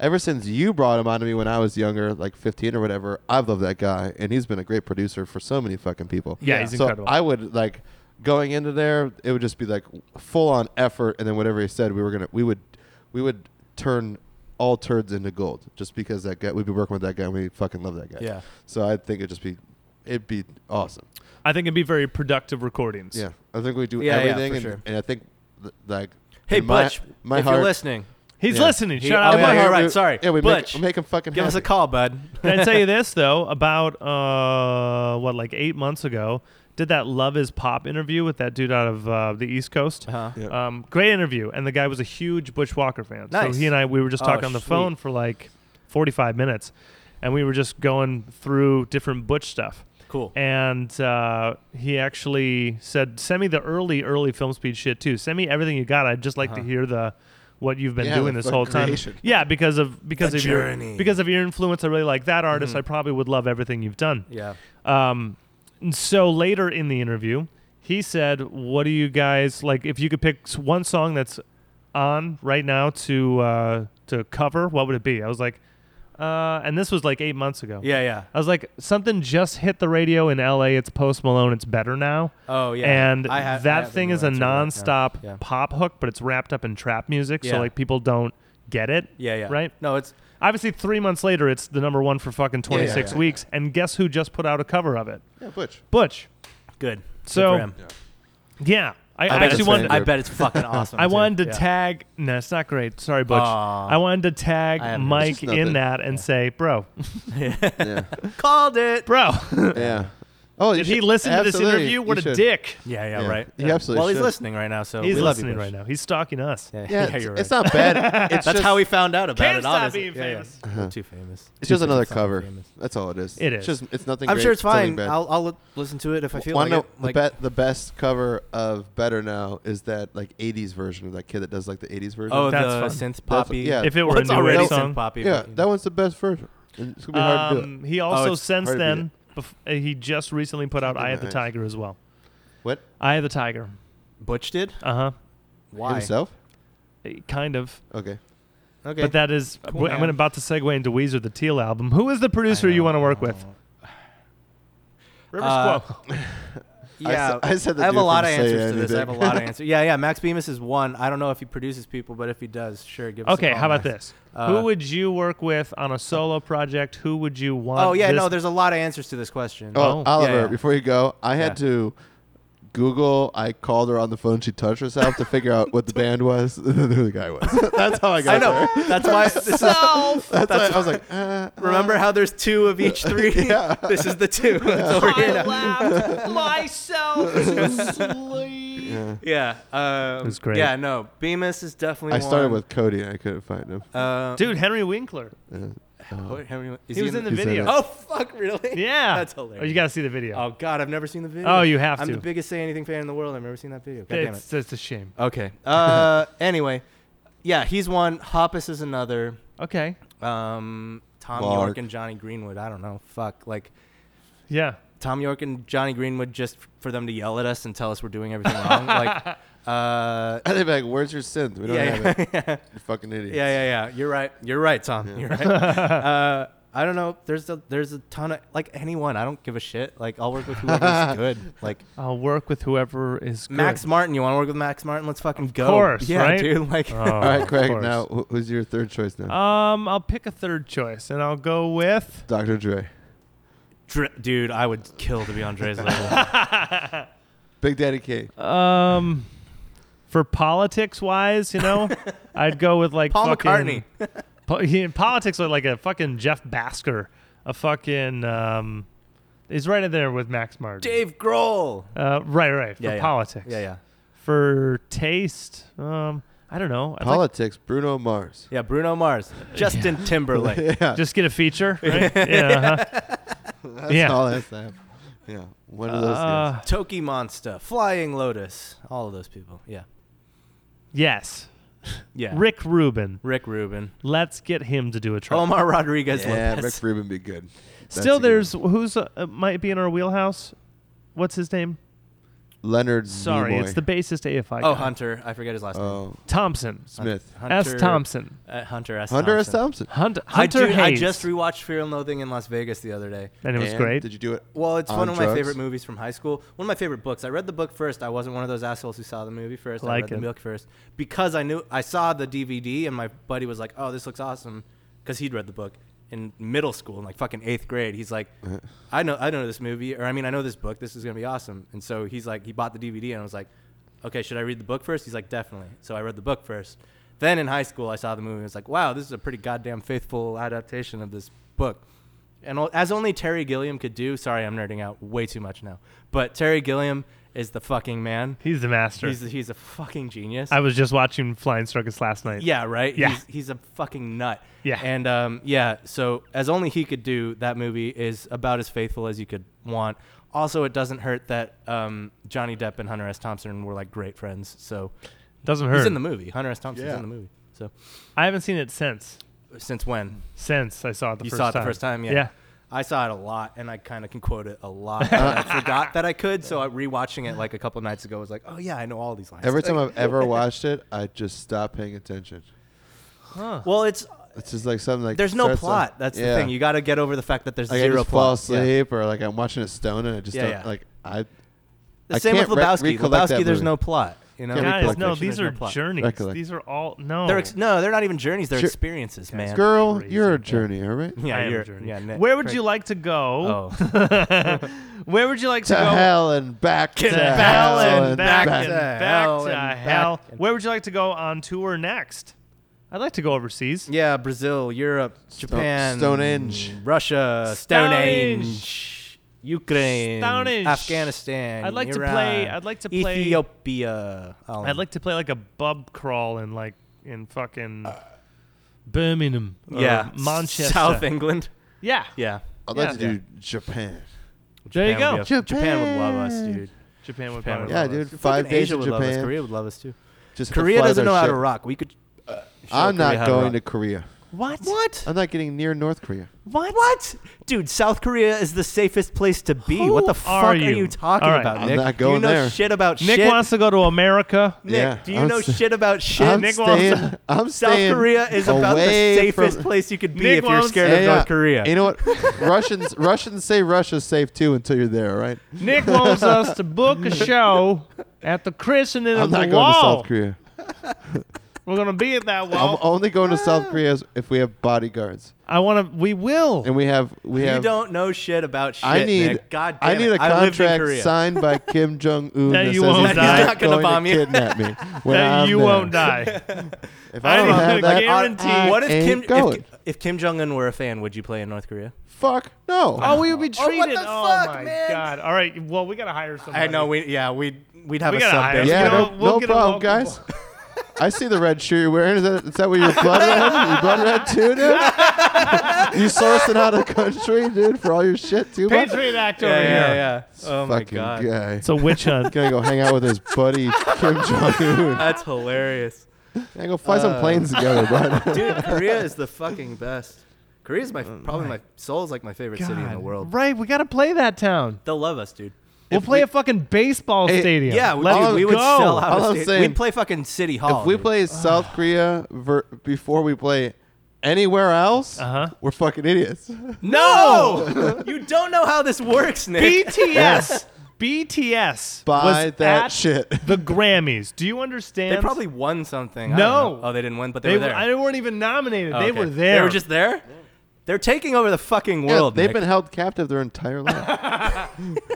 C: ever since you brought him onto me when I was younger, like 15 or whatever. I've loved that guy, and he's been a great producer for so many fucking people.
B: Yeah, he's
C: so
B: incredible.
C: I would like going into there, it would just be like full on effort, and then whatever he said, we were gonna we would we would turn all turds into gold just because that guy we'd be working with that guy and we fucking love that guy.
A: Yeah.
C: So I think it'd just be it'd be awesome.
B: I think it'd be very productive recordings.
C: Yeah. I think we do
A: Yeah, yeah,
C: everything
A: for
C: and,
A: sure.
C: and I think th- like
A: Hey,
C: in my-
A: Butch,
C: my
A: if
C: heart
A: you're listening,
B: He's
C: Yeah.
B: listening.
A: He-
B: Shut
A: oh,
B: up.
A: yeah,
C: my
A: you're
C: heart,
A: right.
C: we-
A: Sorry.
C: Yeah, we
A: Butch,
C: make, make him fucking.
A: give us a
C: happy.
A: call, bud.
B: Can I tell you this though? About uh, what, like eight months ago, did that Love Is Pop interview with that dude out of uh, the East Coast.
A: Uh-huh.
C: Yeah.
B: Um, great interview, and the guy was a huge Butch Walker fan.
A: Nice.
B: So he and I, we were just
A: Oh,
B: talking on the
A: sweet.
B: phone for like forty-five minutes, and we were just going through different Butch stuff.
A: Cool.
B: and uh, he actually said, "Send me the early, early film speed shit too. Send me everything you got. I'd just like to
A: Uh-huh.
B: hear the what you've been
C: Yeah,
B: doing
C: the
B: this
C: fucking
B: whole time.
C: creation.
B: Yeah, because of because
A: The
B: of
A: journey.
B: your because of your influence. I really like that artist.
C: Mm-hmm.
B: I probably would love everything you've done.
A: Yeah.
B: Um, and so later in the interview, he said, "What do you guys like? If you could pick s- one song that's on right now to uh, to cover, what would it be?" I was like, uh, and this was like eight months ago.
A: Yeah, yeah.
B: I was like, something just hit the radio in LA. It's Post Malone. It's better now.
A: Oh yeah.
B: And
A: I ha- I
B: that
A: have
B: thing
A: the
B: is a
A: new one, so, yeah.
B: nonstop
A: Yeah.
B: pop hook, but it's wrapped up in trap music,
A: Yeah.
B: so like people don't get it.
A: Yeah, yeah.
B: Right?
A: No, it's
B: Obviously, three months later, it's the number one for fucking
C: yeah,
B: 26
C: yeah.
B: weeks. And guess who just put out a cover of it?
C: Yeah, Butch.
B: Butch.
A: good. Good
B: So-
A: for him.
B: Yeah. I,
A: I,
B: I
A: bet
B: actually
A: it's
B: wanted.
A: I bet it's fucking awesome.
B: I
A: too.
B: wanted to
A: Yeah.
B: tag. No, it's not great. Sorry, Butch.
A: Aw.
B: I wanted to
A: I
B: tag
A: haven't-
C: It's
B: Mike
C: just nothing.
B: in that and say, bro,
C: Yeah.
A: called it.
B: bro,
C: yeah. Oh, you
B: did he
C: should-
B: listen to this
C: absolutely,
B: interview?
C: you
B: What a
C: should.
B: dick.
A: Yeah, yeah,
C: Yeah.
A: right.
C: He
A: Yeah.
C: absolutely
A: Well, he's
C: should.
A: listening right now, so
B: He's
A: we love you,
B: listening
A: Butch.
B: right now. He's stalking us.
A: Yeah,
C: Yeah,
A: yeah,
C: it's,
A: you're
C: it's
A: right.
C: not bad. It's
A: That's
C: just, Uh-huh.
A: how we found out about
B: Can't
A: it.
B: stop
A: honestly.
B: being
A: Yeah, yeah.
B: famous.
A: We're Too famous.
C: It's just
A: Too
C: another
A: fucking
C: cover.
A: famous.
C: That's all it is.
B: It
C: It's
B: is.
C: just it's nothing.
A: I'm
C: great,
A: sure it's
C: nothing
A: fine.
C: bad.
A: I'll I'll listen to it if I feel
C: Wanna
A: like it.
C: know
A: Like,
C: the, be- the best cover of Better Now is that like 80s version of that kid that does like the 80s version.
A: oh,
B: That's
A: the
B: fun.
A: synth poppy.
C: yeah.
B: If it were
A: Well,
B: a
A: it's
B: new
A: already
B: wave
C: That-
B: song,
A: synth poppy.
C: yeah,
A: but-
C: that one's the best version. And it's gonna be hard to do. It.
B: Um, he also
A: it's
B: since
C: hard to beat
B: then bef- uh, he just recently put out
C: Something
B: "Eye of the
C: nice.
B: Tiger" as well.
C: What?
B: "Eye of the Tiger."
A: Butch did.
B: Uh huh.
A: Why?
C: Himself?
B: Uh, Kind of,
C: Okay.
A: Okay.
B: but that is.
A: Cool,
B: w- I'm
A: man.
B: about to segue into Weezer the Teal album. Who is the producer you want to work with?
A: Oh.
B: Rivers
A: Uh,
B: Cuomo.
A: Yeah,
C: I said the
A: I have
C: dude
A: a lot of
C: from Say
A: answers to this. I have a
C: Anything.
A: lot of answers. Yeah, yeah. Max Bemis is one. I don't know if he produces people, but if he does, sure. Give us a
B: Okay,
A: call,
B: how about
A: Max.
B: this?
A: Uh,
B: Who would you work with on a solo project? Who would you want?
A: Oh yeah,
B: this-
A: no. There's a lot of answers to this question.
C: Oh,
B: Oh.
C: Oliver,
A: Yeah, yeah.
C: before you go, I had
A: Yeah.
C: to Google. I called her on the phone. She touched herself to figure out what the band was and then who the guy was. that's how I got
A: I know.
C: there.
A: That's why. This is,
C: That's, why I was like, uh,
A: remember how there's two of each three?
C: Yeah.
A: This is the two. It's over here now.
B: laughed myself to sleep.
C: yeah.
A: Yeah. Um,
B: was great.
A: Yeah. No. Bemis is definitely.
C: I started
A: one.
C: with Cody and I couldn't find him. uh,
A: Uh,
B: Dude, Henry Winkler.
A: what- how many- is
B: he was in the
C: he's Uh-huh. in
B: video.
C: it.
A: Oh fuck! Really?
B: Yeah.
A: That's hilarious.
B: Oh, you got to see the video.
A: Oh god, I've never seen the video.
B: Oh, you have
A: I'm
B: to.
A: the biggest say anything fan in the world. I've never seen that video. God damn it.
B: it's, it's a shame.
A: Okay. Uh, anyway, yeah, he's one. Hoppus is another.
B: Okay.
A: Um, Tom
C: Clark.
A: York and Johnny Greenwood. I don't know. Fuck. Like
B: Yeah.
A: Tom York and Johnny Greenwood just f- for them to yell at us and tell us we're doing everything wrong. like, uh,
C: And they'd be like, "Where's your synth? We don't
A: yeah,
C: have
A: yeah,
C: it.
A: yeah,
C: You fucking idiot."
A: yeah, yeah, You're right. You're right, Tom.
C: Yeah.
A: You're right. uh, I don't know. There's a there's a ton of like anyone. I don't give a shit. Like I'll work with whoever's good. Like
B: I'll work with whoever is good.
A: Max Martin. You want to work with Max Martin? Let's fucking go.
B: course,
A: yeah,
B: right?
A: dude. Like.
B: Oh,
C: All right,
B: of
C: Craig.
B: course.
C: Now, wh- who's your third choice now?
B: Um, I'll pick a third choice, and I'll go with.
C: Dr. Dre.
A: Dr- dude, I would kill to be on Dre's level.
C: Big Daddy Kane.
B: Um, for politics wise, you know, I'd go with like
A: Paul
B: fucking-
A: McCartney.
B: Po- he- politics with like a fucking Jeff Basker, a fucking um, he's right in there with Max Martin.
A: Dave Grohl.
B: Uh, right, right. For
A: Yeah, yeah.
B: politics.
A: Yeah, yeah.
B: For taste, um, I don't know. I'd like
C: Politics. Bruno Mars.
A: Yeah, Bruno Mars. Justin Timberlake.
C: yeah.
B: just get a feature. Right? yeah. uh
C: That's
B: yeah.
C: all that's happened. Yeah. One of those
B: Uh,
A: Toki Monster. Flying Lotus. All of those people. Yeah.
B: yes.
A: Yeah.
B: Rick Rubin.
A: Rick Rubin.
B: Let's get him to do a track.
A: Omar Rodriguez
C: things. Yeah, Rick
A: Lopez.
C: Rubin be good. That's a
B: Still,
C: good
B: there's who's uh, uh, might be in our wheelhouse. What's his name?
C: one. Leonard.
B: Sorry,
C: Nimoy.
B: it's the bassist AFI.
A: oh,
B: guy.
A: Hunter. I forget his last name.
C: Oh,
B: Thompson.
C: Smith.
A: Hunter,
B: S. Thompson.
A: Uh, Hunter S.
C: Hunter S.
A: Thompson.
C: Thompson.
B: Hunt,
A: I,
B: Hunter
A: dude, I
B: Hayes.
A: just rewatched Fear and Loathing in Las Vegas the other day.
B: and it was
C: And
B: great.
C: Did you do it?
A: Well, it's
C: On
A: one of my
C: drugs?
A: favorite movies from high school. One of my favorite books. I read the book first. I wasn't one of those assholes who saw the movie first. I
B: Like
A: read
B: it.
A: the book first because I knew I saw the DVD and my buddy was like, "Oh, this looks awesome," because he'd read the book in middle school, in like fucking eighth grade. He's like, "I know, I know this movie, or I mean, I know this book. This is gonna be awesome." And so he's like, he bought the DVD, and I was like, "Okay, should I read the book first? He's like, "Definitely." So I read the book first. Then in high school, I saw the movie. and was like, "Wow, this is a pretty goddamn faithful adaptation of this book." and o- as only Terry Gilliam could do. Sorry, I'm nerding out way too much now. But Terry Gilliam is the fucking man.
B: He's the master.
A: He's he's a fucking genius.
B: I was just watching Flying Circus last night.
A: yeah, right.
B: Yeah.
A: He's, he's a fucking nut.
B: Yeah.
A: And um, yeah. So as only he could do, that movie is about as faithful as you could want. Also, it doesn't hurt that um, Johnny Depp and Hunter S. Thompson were like great friends. So
B: Doesn't
A: he's
B: hurt.
A: in the movie. Hunter S. Thompson's
C: Yeah.
A: in the movie. So
B: I haven't seen it since.
A: since when?
B: Since I saw it the
A: you
B: first
A: saw it
B: time.
A: the first time, yeah. I saw it a lot, and I kind of can quote it a lot. but I forgot that I could, so I rewatching it like a couple nights ago was like, oh yeah, I know all these lines.
C: Every time I've ever watched it, I just stop paying attention.
B: Huh.
A: well, it's
C: It's just like something like
A: There's no
C: starts
A: plot.
C: off-
A: That's
C: yeah.
A: the thing. You got to get over the fact that there's
C: like I
A: zero
C: just fall
A: plot. Yeah.
C: asleep or like I'm watching a stone and I just
A: Yeah,
C: don't
A: yeah.
C: like I
A: The
C: I
A: same with
C: can't re-
A: Lebowski.
C: recollect that
A: Lebowski, there's
C: movie.
A: no plot. You know,
C: Can't
A: Like,
B: Guys,
C: recollect.
B: no,
A: Pulp Fiction,
B: these
A: there's
B: are
A: no plot.
B: journeys.
C: Recollect.
B: These are all no.
A: They're ex- no, they're not even journeys. They're
C: Sure.
A: experiences, man.
C: girl,
B: crazy.
C: you're a journey, all right?
A: Yeah,
B: I am a
A: you're,
B: journey.
A: yeah. Nick-
B: Where would
A: Craig-
B: you like to go?
A: Oh,
B: Where would you like to,
C: To
B: go?
C: hell and back to,
A: To
C: hell and back.
A: back.
B: and
A: to
B: back
A: hell
B: to
A: and
B: hell.
A: back.
B: Where would you like to go on tour next? I'd like to go overseas.
A: yeah. Brazil, Europe, Japan,
C: Stonehenge.
A: Russia, Stonehenge, Ukraine,
B: Stonehenge.
A: Afghanistan.
B: I'd like to
A: Iran,
B: play- I'd like to play-
A: Ethiopia. I'll-
B: I'd like to play like a bub crawl in like in fucking Birmingham. or
A: yeah,
B: Manchester.
A: South England.
B: Yeah.
A: Yeah,
C: I'd like
B: Yeah.
C: to do Japan.
B: There you
A: Japan
B: go.
A: would be a- Japan would love us, dude.
B: Japan would
A: Japan
B: probably
A: would
C: Yeah,
B: love
C: dude.
B: us.
C: Five
A: Fucking
C: days
A: Asia
C: in
A: would love us.
C: Japan.
A: Korea would love us too.
C: Just have to
A: Korea
C: fly
A: doesn't
C: their
A: know how to
C: ship.
A: rock. We could. uh, show
C: I'm
A: Korea
C: not
A: how to
C: going
A: rock.
C: to Korea.
B: What? Uh,
A: What?
C: I'm not getting near North Korea.
A: What? What? Dude, South Korea is the safest place to be.
B: Who
A: what the fuck
B: are
A: are
B: you?
A: you, talking
B: All right.
A: about,
C: I'm
A: Nick?
C: not
A: do
C: going
A: you know
C: there.
A: shit about
B: Nick
A: shit?
B: wants to go to America.
A: Nick,
C: Yeah,
A: do you
C: I'm
A: know
C: st-
A: shit about shit?
C: I'm
B: Nick wants
C: staying.
B: to-
C: I'm
A: South
C: staying
A: Korea is about the
C: away
A: safest
C: from-
A: place you could be
B: Nick
A: if you're
B: wants-
A: scared
C: Yeah,
A: of
C: yeah.
A: North Korea.
C: You know what? Russians Russians say Russia's safe too until you're there, right?
B: Nick wants us to book a show at the christening
C: I'm
B: of
C: not
B: the
C: going
B: wall.
C: to South Korea.
B: We're gonna be at that
C: I'm
B: wall.
C: only going
A: Ah.
C: to South Korea if we have bodyguards
B: I want to. We will.
C: and we have we
A: you
C: have.
A: don't know shit about shit,
C: I need
A: Nick. God damn
C: I need
A: it.
C: a
A: I lived in
C: contract
A: Korea.
C: signed by Kim Jong Un
B: That
C: that,
B: you
C: says
B: won't
C: he's
B: die.
C: not going
A: bomb
C: to
A: you.
C: kidnap me. when
B: that
C: I'm
B: you
C: there.
B: won't die.
C: If
B: I
C: I don't
B: need
C: have
B: a
C: that,
B: guarantee.
C: I
A: What if
C: ain't
A: Kim
C: going.
A: if, if Kim Jong Un were a fan? Would you play in North Korea?
C: Fuck no.
B: oh, we would be
A: Oh,
B: treated.
A: what the fuck,
B: my
A: man?
B: god! All right. Well, we gotta hire somebody.
A: I know. We yeah. We we'd have
B: We
A: a
B: gotta
A: sub
B: hire
A: base.
B: some
C: yeah,
B: You know,
C: no,
B: we'll
C: no
B: get a
C: problem,
B: local
C: guys. I see the red shirt you're wearing. Is that, is that where your blood red? Your blood red too, dude? you sourcing out of country, dude, for all your shit too much?
B: Patriot Act
A: Yeah,
B: over
A: yeah,
B: here.
A: yeah. Oh my
C: Fucking
A: god,
C: guy.
B: It's a witch hunt.
C: Gonna go hang out with his buddy Kim Jong Un.
A: that's hilarious.
C: Gonna go fly some
A: Uh,
C: planes together, bud.
A: Dude, Korea is the fucking best. Korea's my
C: Oh
A: probably my Seoul's like my favorite city in the
B: God.
A: world.
B: Right. We gotta play that town.
A: They'll love us, dude.
B: We'll play a fucking baseball
C: Eh,
B: stadium.
A: Yeah, we,
B: Let's
A: dude, we would
B: go.
A: sell out.
C: All
A: of
C: I'm
A: sta-
C: saying-
A: we'd play fucking City Hall.
C: if we
A: oh, dude. Uh.
C: play South Korea ver- before we play anywhere else,
B: Uh-huh.
C: we're fucking idiots.
A: no, you don't know how this works, Nick.
B: BTS. BTS.
C: Buy
B: was
C: that
B: at
C: shit.
B: The Grammys. Do you understand?
A: They probably won something. I
B: No.
A: don't know. oh, they didn't win, but they,
B: They,
A: were
B: were-
A: there. Oh,
B: they weren't even nominated. They
A: Okay.
B: were there.
A: They were just there. They're taking over the fucking
C: Yeah,
A: world.
C: they've
A: Nick.
C: been held captive their entire life.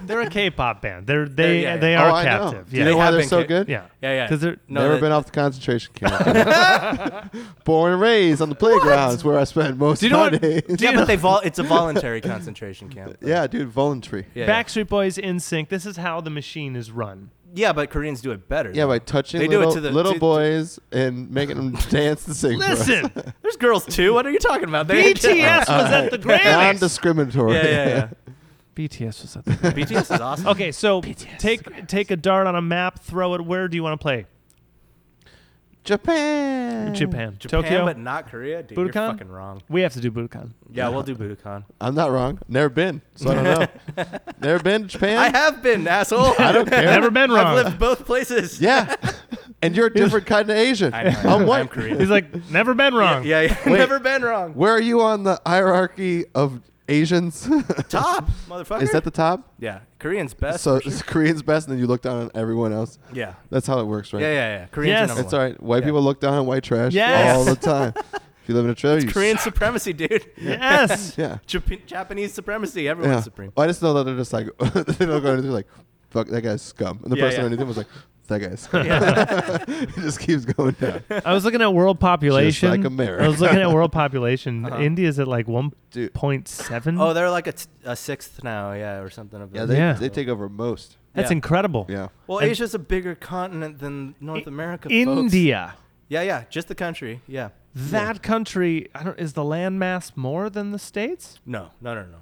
B: They're a K-pop band. They're they
A: yeah, yeah.
B: they
C: oh,
B: are
C: I
B: captive.
C: know.
B: Yeah.
C: Do you know
A: They
C: why
A: have
C: they're
A: been
C: so
A: ca-
C: good?
B: yeah.
A: Yeah, yeah.
B: Because they're
A: No,
C: Never
A: they-
C: been off the concentration camp. Born and raised on the playground is where I spend most
B: you know
C: of my
B: what-
C: days.
A: yeah, but they vol- it's a voluntary concentration camp. though.
C: yeah, dude, voluntary.
A: Yeah, yeah.
B: Backstreet Boys, In Sync. This is how the machine is run.
A: Yeah, but Koreans do it better.
C: Yeah,
A: though.
C: by touching
A: They do it
C: little,
A: to the-
C: little
A: to-
C: boys and making them dance and sing. for us.
B: Listen,
A: there's girls too. What are you talking about? They-
B: BTS was at the Grammys.
C: Non-discriminatory.
A: yeah, yeah,
B: BTS was at the.
A: yeah. BTS is awesome.
B: Okay, so take take a dart on a map, throw it. Where do you want to play?
C: Japan.
B: Japan,
A: Hmm. Japan,
B: Tokyo.
A: but not Korea. Dude, you're
B: Budokan?
A: fucking wrong.
B: we have to do Budokan.
A: Yeah, we'll do Budokan.
C: I'm not wrong. Never been, so I don't know. Never been to Japan.
A: I have been, asshole. I
C: don't care.
B: Never been
A: I've
B: wrong.
A: lived both places.
C: Yeah, and you're a different kind of Asian.
A: I know.
C: I'm white.
A: I'm Korean.
B: He's like, never been wrong.
A: Yeah, yeah.
C: Wait.
A: Never been wrong.
C: Where are you on the hierarchy of Asians?
A: Top, motherfucker.
C: Is that the top?
A: yeah, Korean's best.
C: so
A: for sure.
C: it's Koreans best, and then you look down on everyone else.
A: yeah.
C: That's how it works, right?
A: Yeah, yeah, yeah. Koreans
B: Yes.
A: are number
C: It's
A: one.
C: all right. White
A: Yeah.
C: people look down on white trash
B: Yes.
C: all the time. if you live in a trailer, you
A: Korean supremacy, dude.
B: Yes.
C: yeah.
A: Jap- Japanese supremacy. Everyone's
C: Yeah.
A: supreme.
C: Well, I just know that they're just like they don't go anything like fuck that guy's scum, and the
A: Yeah,
C: person
A: yeah.
C: underneath him was like that guy's scum.
A: Yeah.
C: it just keeps going down.
B: I was looking at world population.
C: Just like America.
B: I was looking at world population.
A: Uh-huh.
B: India's at like
C: Dude.
B: 1.7.
A: oh, they're like a, t- a sixth now, yeah, or something. Of
C: Yeah,
A: that.
C: they,
B: Yeah.
C: they take over most.
B: that's
A: yeah.
B: incredible.
C: Yeah,
A: Well,
B: And-
A: Asia's a bigger continent than North
B: I-
A: America. folks.
B: India.
A: Yeah, yeah, just the country. Yeah.
B: That country, I don't, is the landmass more than the states?
A: No, no, no, no.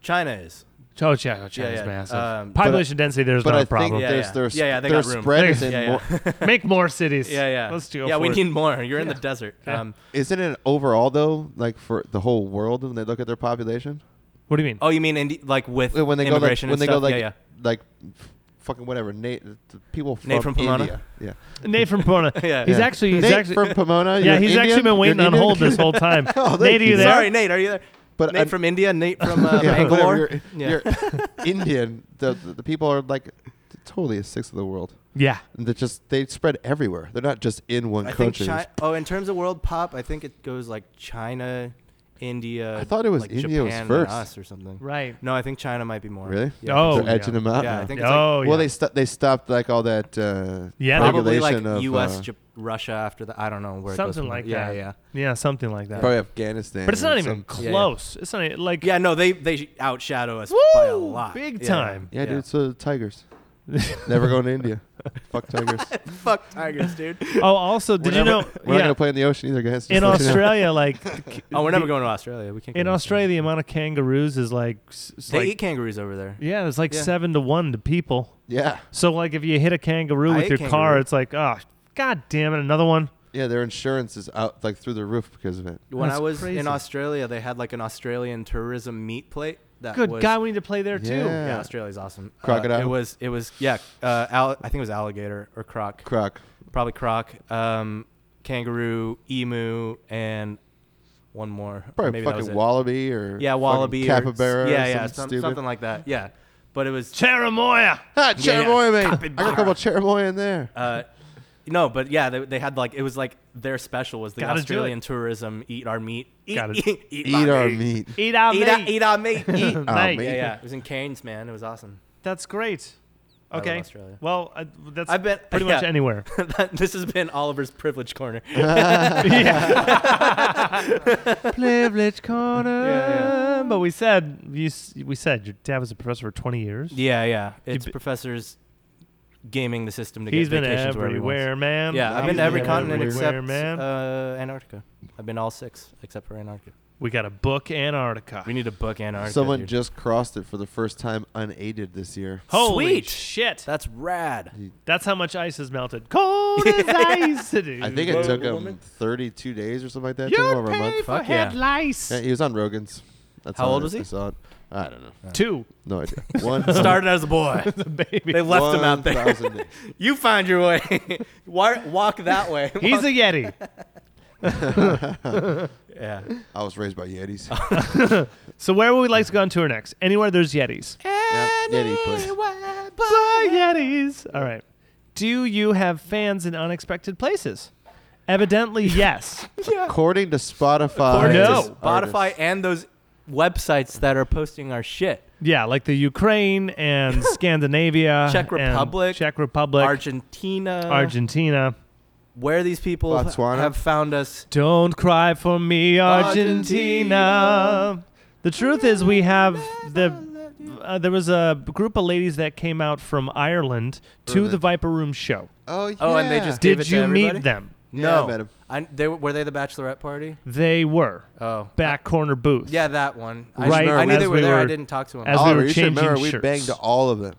A: China is.
B: Oh, China, China's
A: Yeah, yeah.
B: massive.
A: Um,
B: Population density, there's
C: but
B: no
C: I
B: problem.
C: think
A: Yeah,
C: there's
A: yeah.
C: there's
A: Yeah, yeah, they
C: their
A: got room.
C: spread is in.
A: Yeah,
C: More,
A: yeah.
B: Make more cities.
A: yeah, yeah.
B: Let's do
A: Yeah,
B: for
A: we
B: it.
A: need more. You're in the desert. Um,
C: Isn't it overall though, like for the whole world when they look at their population?
B: What do you mean?
A: oh, you mean Indi- like with
C: When they go like
A: immigration
C: when they
A: and
C: go
A: stuff?
C: like
A: yeah, yeah.
C: like fucking whatever Nate, the people from,
A: Nate from Pomona?
C: India. Yeah,
B: Nate from Pomona.
A: Yeah.
B: He's
C: Yeah.
B: actually he's
C: Nate
B: actually
C: from Pomona.
B: yeah
C: you're
B: he's
C: Indian?
B: actually been
C: You're
B: waiting on
C: Indian?
B: hold this whole time.
C: Oh,
B: Nate,
C: thank
B: are you
C: you.
B: there?
A: Sorry, Nate, are you there?
C: But
A: Nate
C: I'm-
A: from India, Nate from uh,
C: yeah, whatever,
A: Bangalore.
C: You're,
A: Yeah.
C: you're Indian. The, the the people are like totally a sixth of the world.
B: Yeah.
C: And They're just they spread everywhere. They're not just in one
A: I think
C: country.
A: China, oh, in terms of world pop, I think it goes like China, India.
C: I thought it was
A: like
C: India was
A: Japan, then
C: first.
A: us or something.
B: Right.
A: No, I think China might be more.
C: Really?
A: Yeah,
B: Oh,
C: They're edging them out.
A: Yeah,
C: now.
A: I think it's like
B: Oh yeah.
C: Well, they sto- they stopped like all that. Uh,
B: Yeah, they-
A: probably
C: regulation
A: like
C: of,
A: U.S.,
C: uh,
A: Jap- Russia after that. I don't know where it goes
B: something
A: from
B: like
A: there.
B: that.
A: Yeah, yeah.
B: Yeah, something like that.
C: probably Afghanistan.
B: But it's
C: or
B: not even
A: Yeah,
C: some-
A: yeah.
B: close. It's not even, like
A: Yeah, no, they they outshadow us by a
B: Woo!
A: lot.
B: Big
A: Yeah.
B: time.
C: Yeah, dude. So the tigers. Never going to India. Fuck tigers.
A: Fuck tigers, dude.
B: Oh, also, did you know?
C: We're
B: yeah,
C: not gonna play in the ocean either, guys.
B: in
C: Just let you know.
B: Australia, like
A: Oh, we're never going to Australia. We can't. go
B: in
A: to
B: Australia, the amount of kangaroos is like s- s-
A: they
B: like-
A: eat kangaroos over there.
B: yeah, it's like
A: Yeah.
B: seven to one to people.
C: Yeah,
B: So like, if you hit a kangaroo
A: I
B: with
A: ate
B: your car,
A: kangaroo.
B: it's like, oh, god damn it, another one.
C: yeah. Their insurance is out like through the roof because of it.
A: When
B: That's
A: I was
B: crazy.
A: in Australia, they had like an Australian tourism meat plate. That
B: Good
A: was,
B: God, we need to play there too.
C: Yeah.
A: Yeah, Australia's awesome. Uh,
C: Crocodile?
A: it was. It was. Yeah. Uh, al- I think it was alligator or croc.
C: Croc.
A: Probably croc. Um, kangaroo, emu, and one more. Or
C: Probably
A: maybe that was
C: fucking
A: it.
C: wallaby or
A: Yeah,
C: fucking
A: wallaby. or-
C: capybara.
A: yeah,
C: or
A: yeah,
C: something
A: some-
C: stupid.
A: something like that. Yeah, but it was.
B: Charamoya.
A: Yeah, yeah.
C: ah, cherimoy, man. I got
A: Capybara.
C: a couple cherimoy in there.
A: Uh, no, but yeah, they, they had like it was like their special was the
B: Gotta do
A: Australian tourism eat our meat, eat
B: Gotta-
A: eat, eat,
C: Eat
A: my
C: our meat.
B: Eat out,
A: eat,
B: mate.
A: our, eat our meat.
B: Eat,
A: yeah,
C: our
B: mate.
C: meat.
A: yeah, it was in Cairns, man. It was awesome.
B: That's great.
A: I love
B: Okay.
A: Australia.
B: Well, I, that's
A: I've been
B: pretty much
A: yeah.
B: anywhere.
A: That- this has been Oliver's privilege corner.
B: Privilege corner.
A: Yeah,
B: But we said you. s- We said your dad was a professor for 20 years.
A: yeah, yeah. It's
B: be-
A: professors gaming the system to
B: He's
A: get
B: been
A: vacations wherever he wants.
B: everywhere, man.
A: Yeah, I've
B: He's
A: been to every
C: been
A: continent
B: everywhere,
A: except
B: man.
A: uh, Antarctica. I've been all six except for Antarctica.
B: we got a book Antarctica.
A: We need to book Antarctica.
C: Someone
A: dude.
C: just crossed it for the first time unaided this year.
B: Holy
A: Sweet.
B: shit!
A: That's rad.
B: That's how much ice has melted. Cold as ice.
C: I think it took him
A: woman?
C: 32 days or something like that. It took him
B: You
C: over a
B: pay
C: month.
B: for
A: Fuck yeah.
B: head lice.
C: Yeah, he was on Rogan's. That's
A: How
C: all
A: old
C: I-
A: was he?
C: I saw it. I don't know.
B: Two.
C: No idea. One
A: Started as a boy.
B: The baby.
A: They left him out there.
C: 1,000 days.
A: You find your way. Wa- Walk that way.
B: He's a yeti.
A: yeah.
C: I was raised by Yetis.
B: So where would we like to go on tour next? Anywhere there's yetis.
C: Yeah, Yeti, please.
B: Bye, Yetis. All right. Do you have fans in unexpected places? Evidently, yes.
C: According to Spotify.
A: According
B: to
C: artists-
A: Spotify and those websites that are posting our shit.
B: yeah, like the Ukraine and Scandinavia,
A: Czech
B: and
A: Republic,
B: Czech Republic,
A: Argentina.
B: Argentina.
A: where these people ha-
C: Botswana.
A: have found us.
B: Don't cry for me, Argentina.
A: Argentina.
B: The truth is, we have the. Uh, there was a group of ladies that came out from Ireland to the
C: Berlin.
B: Viper Room show.
C: Oh, yeah.
A: Oh, and they just Gave it
B: Did
A: to
B: you
A: everybody?
B: meet them?
C: Yeah, I
A: No,
C: met 'em.
A: I, they were, were they the bachelorette party?
B: They were
A: Oh,
B: back corner booth.
A: yeah, that one. I,
B: Right
A: I knew
B: as
A: they were
B: we
A: there. I
B: were-
A: didn't talk to them
B: as- we
C: Oliver,
B: were
C: you should
B: changing
C: remember we
B: shirts.
C: banged all of them.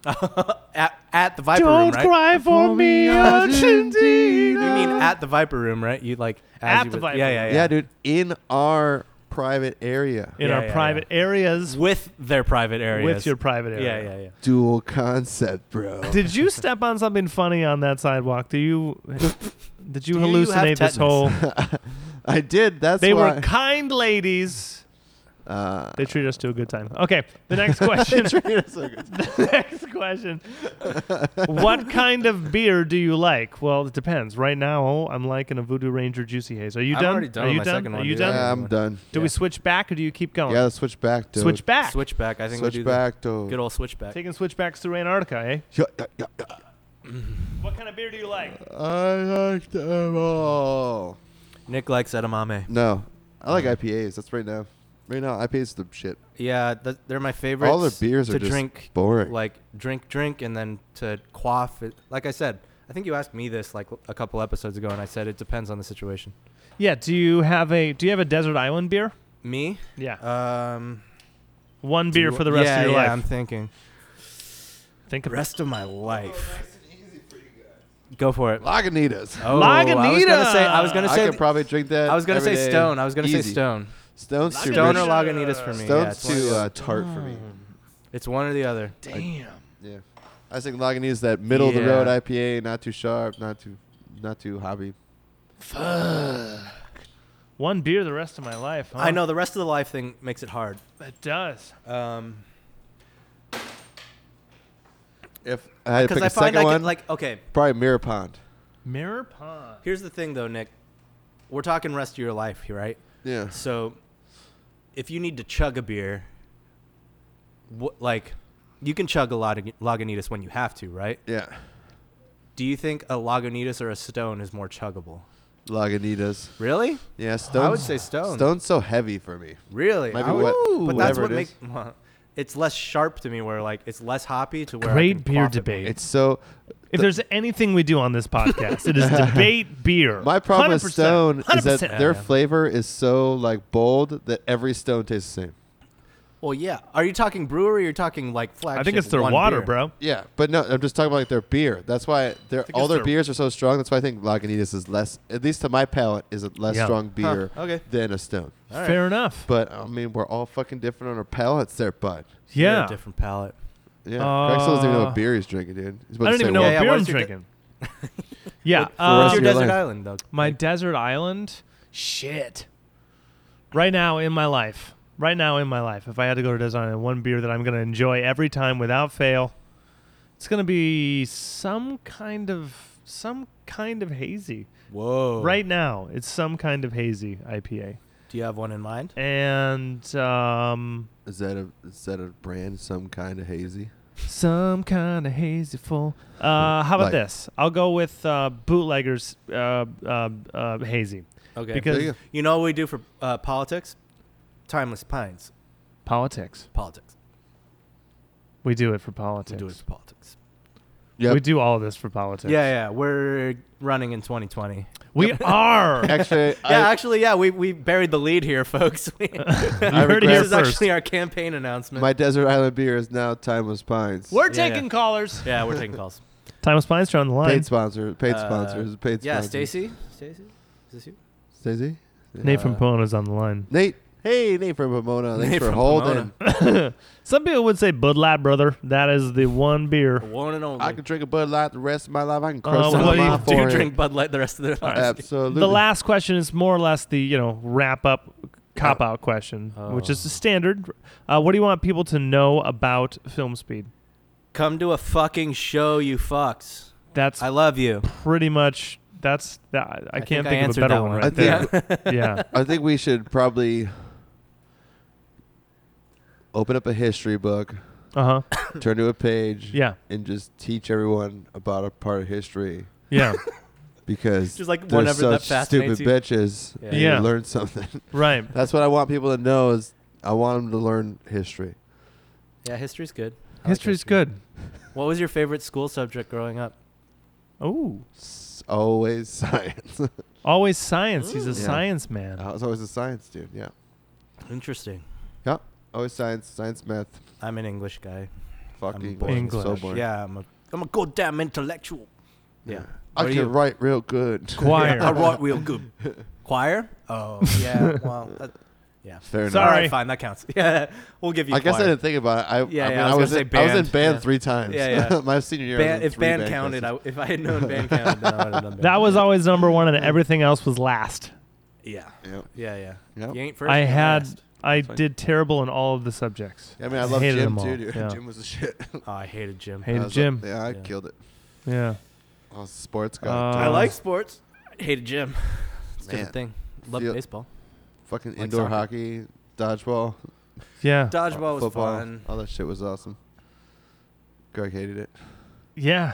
A: at, at the Viper
B: Don't
A: Room, right?
B: cry for me, Argentina.
A: You mean at the Viper Room, right? You like as
B: At
A: you
B: the
A: would-
B: Viper
A: yeah, yeah,
C: yeah.
A: yeah,
C: dude, in our private area.
B: in
A: Yeah,
B: our
A: yeah,
B: private areas
A: With their private areas.
B: with your private
A: yeah,
B: area?
A: yeah, yeah.
C: Dual concept, bro.
B: Did you step on something funny on that sidewalk? Do you? Did you
A: Do you have
B: hallucinate this
A: tetanus?
B: whole?
C: I did. That's
B: They
C: why.
B: were kind ladies.
C: uh,
B: They treat us to a good time. Okay, the next question.
C: so good.
B: the next question. What kind of beer do you like? Well, it depends. Right now, I'm liking a Voodoo Ranger Juicy Haze. Are you
A: I'm
B: done?
A: already done
B: Are
A: with
B: you
A: my
B: done?
A: second
B: Are
A: one,
B: you
A: dude.
B: done?
C: yeah, I'm done.
B: Do
A: Yeah.
B: we switch back or do you keep going?
C: Yeah, switch back, dude.
B: Oh. switch back.
A: Switchback. I think we do
C: Switch back, dude.
A: The good old switchback.
B: Taking switchbacks through Antarctica, eh?
C: Yeah, yeah, yeah, yeah.
B: What kind of beer do you like?
C: I like them all.
A: Nick likes edamame.
C: No, I like IPAs. That's right now. Right now, IPAs are the shit.
A: Yeah, th- they're my favorites.
C: All their beers
A: to
C: are just
A: drink,
C: boring.
A: like drink, drink, and then to quaff. It. Like I said, I think you asked me this like a couple episodes ago, and I said it depends on the situation.
B: Yeah. Do you have a Do you have a desert island beer?
A: Me,
B: Yeah.
A: um,
B: One beer
A: do-
B: for the rest
A: yeah,
B: of your
A: yeah,
B: life.
A: I'm thinking
B: Think
A: the
B: of
A: rest of my life. Go for it.
C: Lagunitas.
A: Oh, I was gonna say. I was
B: Lagunita!
A: gonna
C: I
A: say.
C: could probably drink that.
A: I was gonna
C: every
A: say
C: day.
A: Stone. I was gonna say
C: Easy.
A: Stone.
C: Stone's too
A: Stone or
C: rich.
A: Lagunitas for me. yeah,
C: Stone's uh,
A: it's one or
C: too
A: the other.
C: uh, tart for me.
A: It's one or the other.
C: Damn. Yeah. I think Lagunitas that middle of the
A: Yeah.
C: road IPA, not too sharp, not too, not too hobby.
B: One beer the rest of my life. Huh?
A: I know the rest of the life thing makes it hard.
B: It does.
A: Um,
C: If I had to
A: because
C: pick
A: uh, I
C: a
A: find I
C: second
A: can,
C: one,
A: like okay.
C: probably Mirror Pond.
B: Mirror Pond.
A: Here's the thing though, Nick. We're talking rest of your life here, right?
C: Yeah.
A: So, if you need to chug a beer, what like you can chug a lot of Lagunitas when you have to, right?
C: Yeah.
A: Do you think a Lagunitas or a Stone is more chuggable?
C: Lagunitas.
A: Really?
C: Yeah, Stone.
A: I would say Stone.
C: Stone's so heavy for me.
A: Really?
C: Might
A: I
C: be
A: would-
C: what-
A: but that's
C: whatever
A: what
C: it
A: makes it's less sharp to me. Where like it's less hoppy to where I
B: Great
A: can
B: beer
A: quaff it.
B: debate.
C: It's so.
B: if there's anything we do on this podcast, it is debate beer.
C: My problem with
B: 100%,
C: Stone is
B: 100%.
C: that their flavor is so like bold that every Stone tastes the same.
A: Well, yeah. Are you talking brewery? or You're talking like flagship.
B: I think it's their
A: one
B: water,
A: beer?
B: bro.
C: Yeah, but no, I'm just talking about like their beer. That's why their all
B: it's
C: their
B: their-
C: beers are so strong. That's why I think Lagunitas is less, at least to my palate, is a less
B: Yeah.
C: strong
A: Huh,
C: beer
A: okay.
C: than a Stone.
A: All right.
B: Fair enough.
C: But I mean, we're all fucking different on our palates there, bud.
A: They're a
B: yeah.
A: Different palate.
C: Yeah, Craig still doesn't even know
B: Uh,
C: what beer he's drinking, dude. He's about
B: I
C: to
B: don't
C: say
B: even know
C: what-
A: Yeah, yeah,
B: what beer
A: what's
B: I'm
A: your de-
B: drinking. yeah.
C: rest
A: What's
C: of
A: your
B: um,
C: your
A: desert
C: life.
A: island, Doug?
B: my desert island. Shit. Right now in my life. Right now in my life. If I had to go to desert island, one beer that I'm going to enjoy every time without fail, it's going to be some kind of some kind of hazy.
A: Whoa.
B: Right now, it's some kind of hazy IPA.
A: Do you have one in mind?
B: And um
C: Is that a is that a brand? Some kind of hazy.
B: Some kind of hazy full. Uh, how about
C: Like-
B: this? I'll go with uh, bootleggers uh, uh, uh, hazy
A: Okay.
B: because
C: There you go.
A: you know what we do for uh, politics? Timeless Pines.
B: politics.
A: Politics.
B: We do it for politics.
A: We do it for politics.
C: Yep.
B: We do all this for politics.
A: Yeah, yeah. We're running in 2020.
B: we are.
C: Actually,
A: Yeah,
C: I,
A: actually, yeah. We, we buried the lead here, folks. We-
B: You heard it
C: regret-
B: here
A: this is
B: first.
A: actually our campaign announcement.
C: my desert island beer is now Timeless Pines.
A: Yeah,
B: We're
A: yeah.
B: taking callers.
A: yeah, we're taking calls.
B: Timeless Pines are on the line.
C: Paid sponsor. Paid
A: Uh,
C: sponsors. Paid sponsors.
A: Yeah, Stacy. Stacy, is this you?
C: Stacy.
B: Nate from
A: Uh,
B: Pomona's on the line.
C: Nate. Hey, Nate from Pomona. Thanks
A: Nate
C: for
A: from
C: holding.
B: Some people would say Bud Light, brother. That is the one beer.
A: The one and only.
C: I can drink a Bud Light the rest of my life. I can crush
B: Uh,
C: some
B: what
C: on
B: do you
C: my
B: do
A: do
C: forehead.
A: drink Bud Light the rest of their lives.
C: Absolutely.
B: The last question is more or less the you know wrap up cop
A: Uh,
B: out question, which is the standard. Uh, what do you want people to know about film speed?
A: Come to a fucking show, you fucks.
B: That's
A: I love you.
B: pretty much that's that. I,
A: I
B: can't
A: think I
B: think, of
A: answered
B: a better
A: that
B: one
A: one
B: right
C: I
A: right
B: there.
C: think,
B: yeah,
C: I think we should probably open up a history book,
B: uh huh,
C: turn to a page,
B: yeah,
C: and just teach everyone about a part of history
B: yeah,
C: because
A: Just like
C: they're
A: whenever that
C: such stupid
A: fascinates you.
C: bitches.
A: Yeah.
C: and you
B: Yeah.
C: learn something.
B: right.
C: That's what I want people to know is I want them to learn history.
A: Yeah, history's good. I like
B: History's
A: history.
B: good.
A: What was your favorite school subject growing up?
B: Oh,
C: S- always science.
B: always science. He's a
C: Ooh. Yeah.
B: science man.
C: I was always a science dude. Yeah,
A: Interesting.
C: yeah. Always Oh, science, science, math.
A: I'm an English guy.
C: Fuck
A: I'm
C: English.
B: bored.
C: So
B: English.
C: boring.
A: Yeah, I'm a I'm a goddamn intellectual. Yeah.
C: I
A: What are
C: can
A: you?
C: write real good.
B: Choir.
A: I write real good. Choir? Oh, yeah. Well, that, yeah.
C: Fair enough.
A: All
B: Sorry.
A: right, fine. That counts. Yeah, we'll give you.
C: I guess I
A: choir.
C: didn't think about it. I,
A: Yeah,
C: I, mean,
A: yeah, I
C: I,
A: was
C: was
A: gonna
C: in,
A: say
C: I was in
A: band.
C: band
A: Yeah.
C: three times.
A: Yeah, yeah.
C: My senior year. I was
A: Band,
C: in
A: if
C: three
A: band counted, I,
C: classes.
A: if I had known band counted, then I would have done band.
B: That was always number one, and everything else was last.
A: Yeah,
C: yeah.
A: yeah, yeah.
C: Yep.
A: You ain't first.
B: I
A: you ain't
B: had
A: last.
B: I
C: fine.
B: did terrible in all of the subjects.
C: I mean, I love
B: Hated
C: Jim
B: them all,
C: too, dude.
B: yeah.
C: Jim was a shit.
A: Oh, I hated gym.
B: Hated
C: I was
B: Jim.
C: A, yeah, I
A: Yeah.
C: killed it.
B: Yeah.
C: I was a sports guy.
B: Uh,
A: I like sports. Hated gym. It's a
C: Man.
A: different thing. Loved
C: Feel-
A: baseball.
C: fucking
A: like
C: indoor
A: soccer.
C: hockey, dodgeball,
B: Yeah.
A: Dodgeball was
C: football.
A: fun.
C: All that shit was awesome. Greg hated it.
B: Yeah.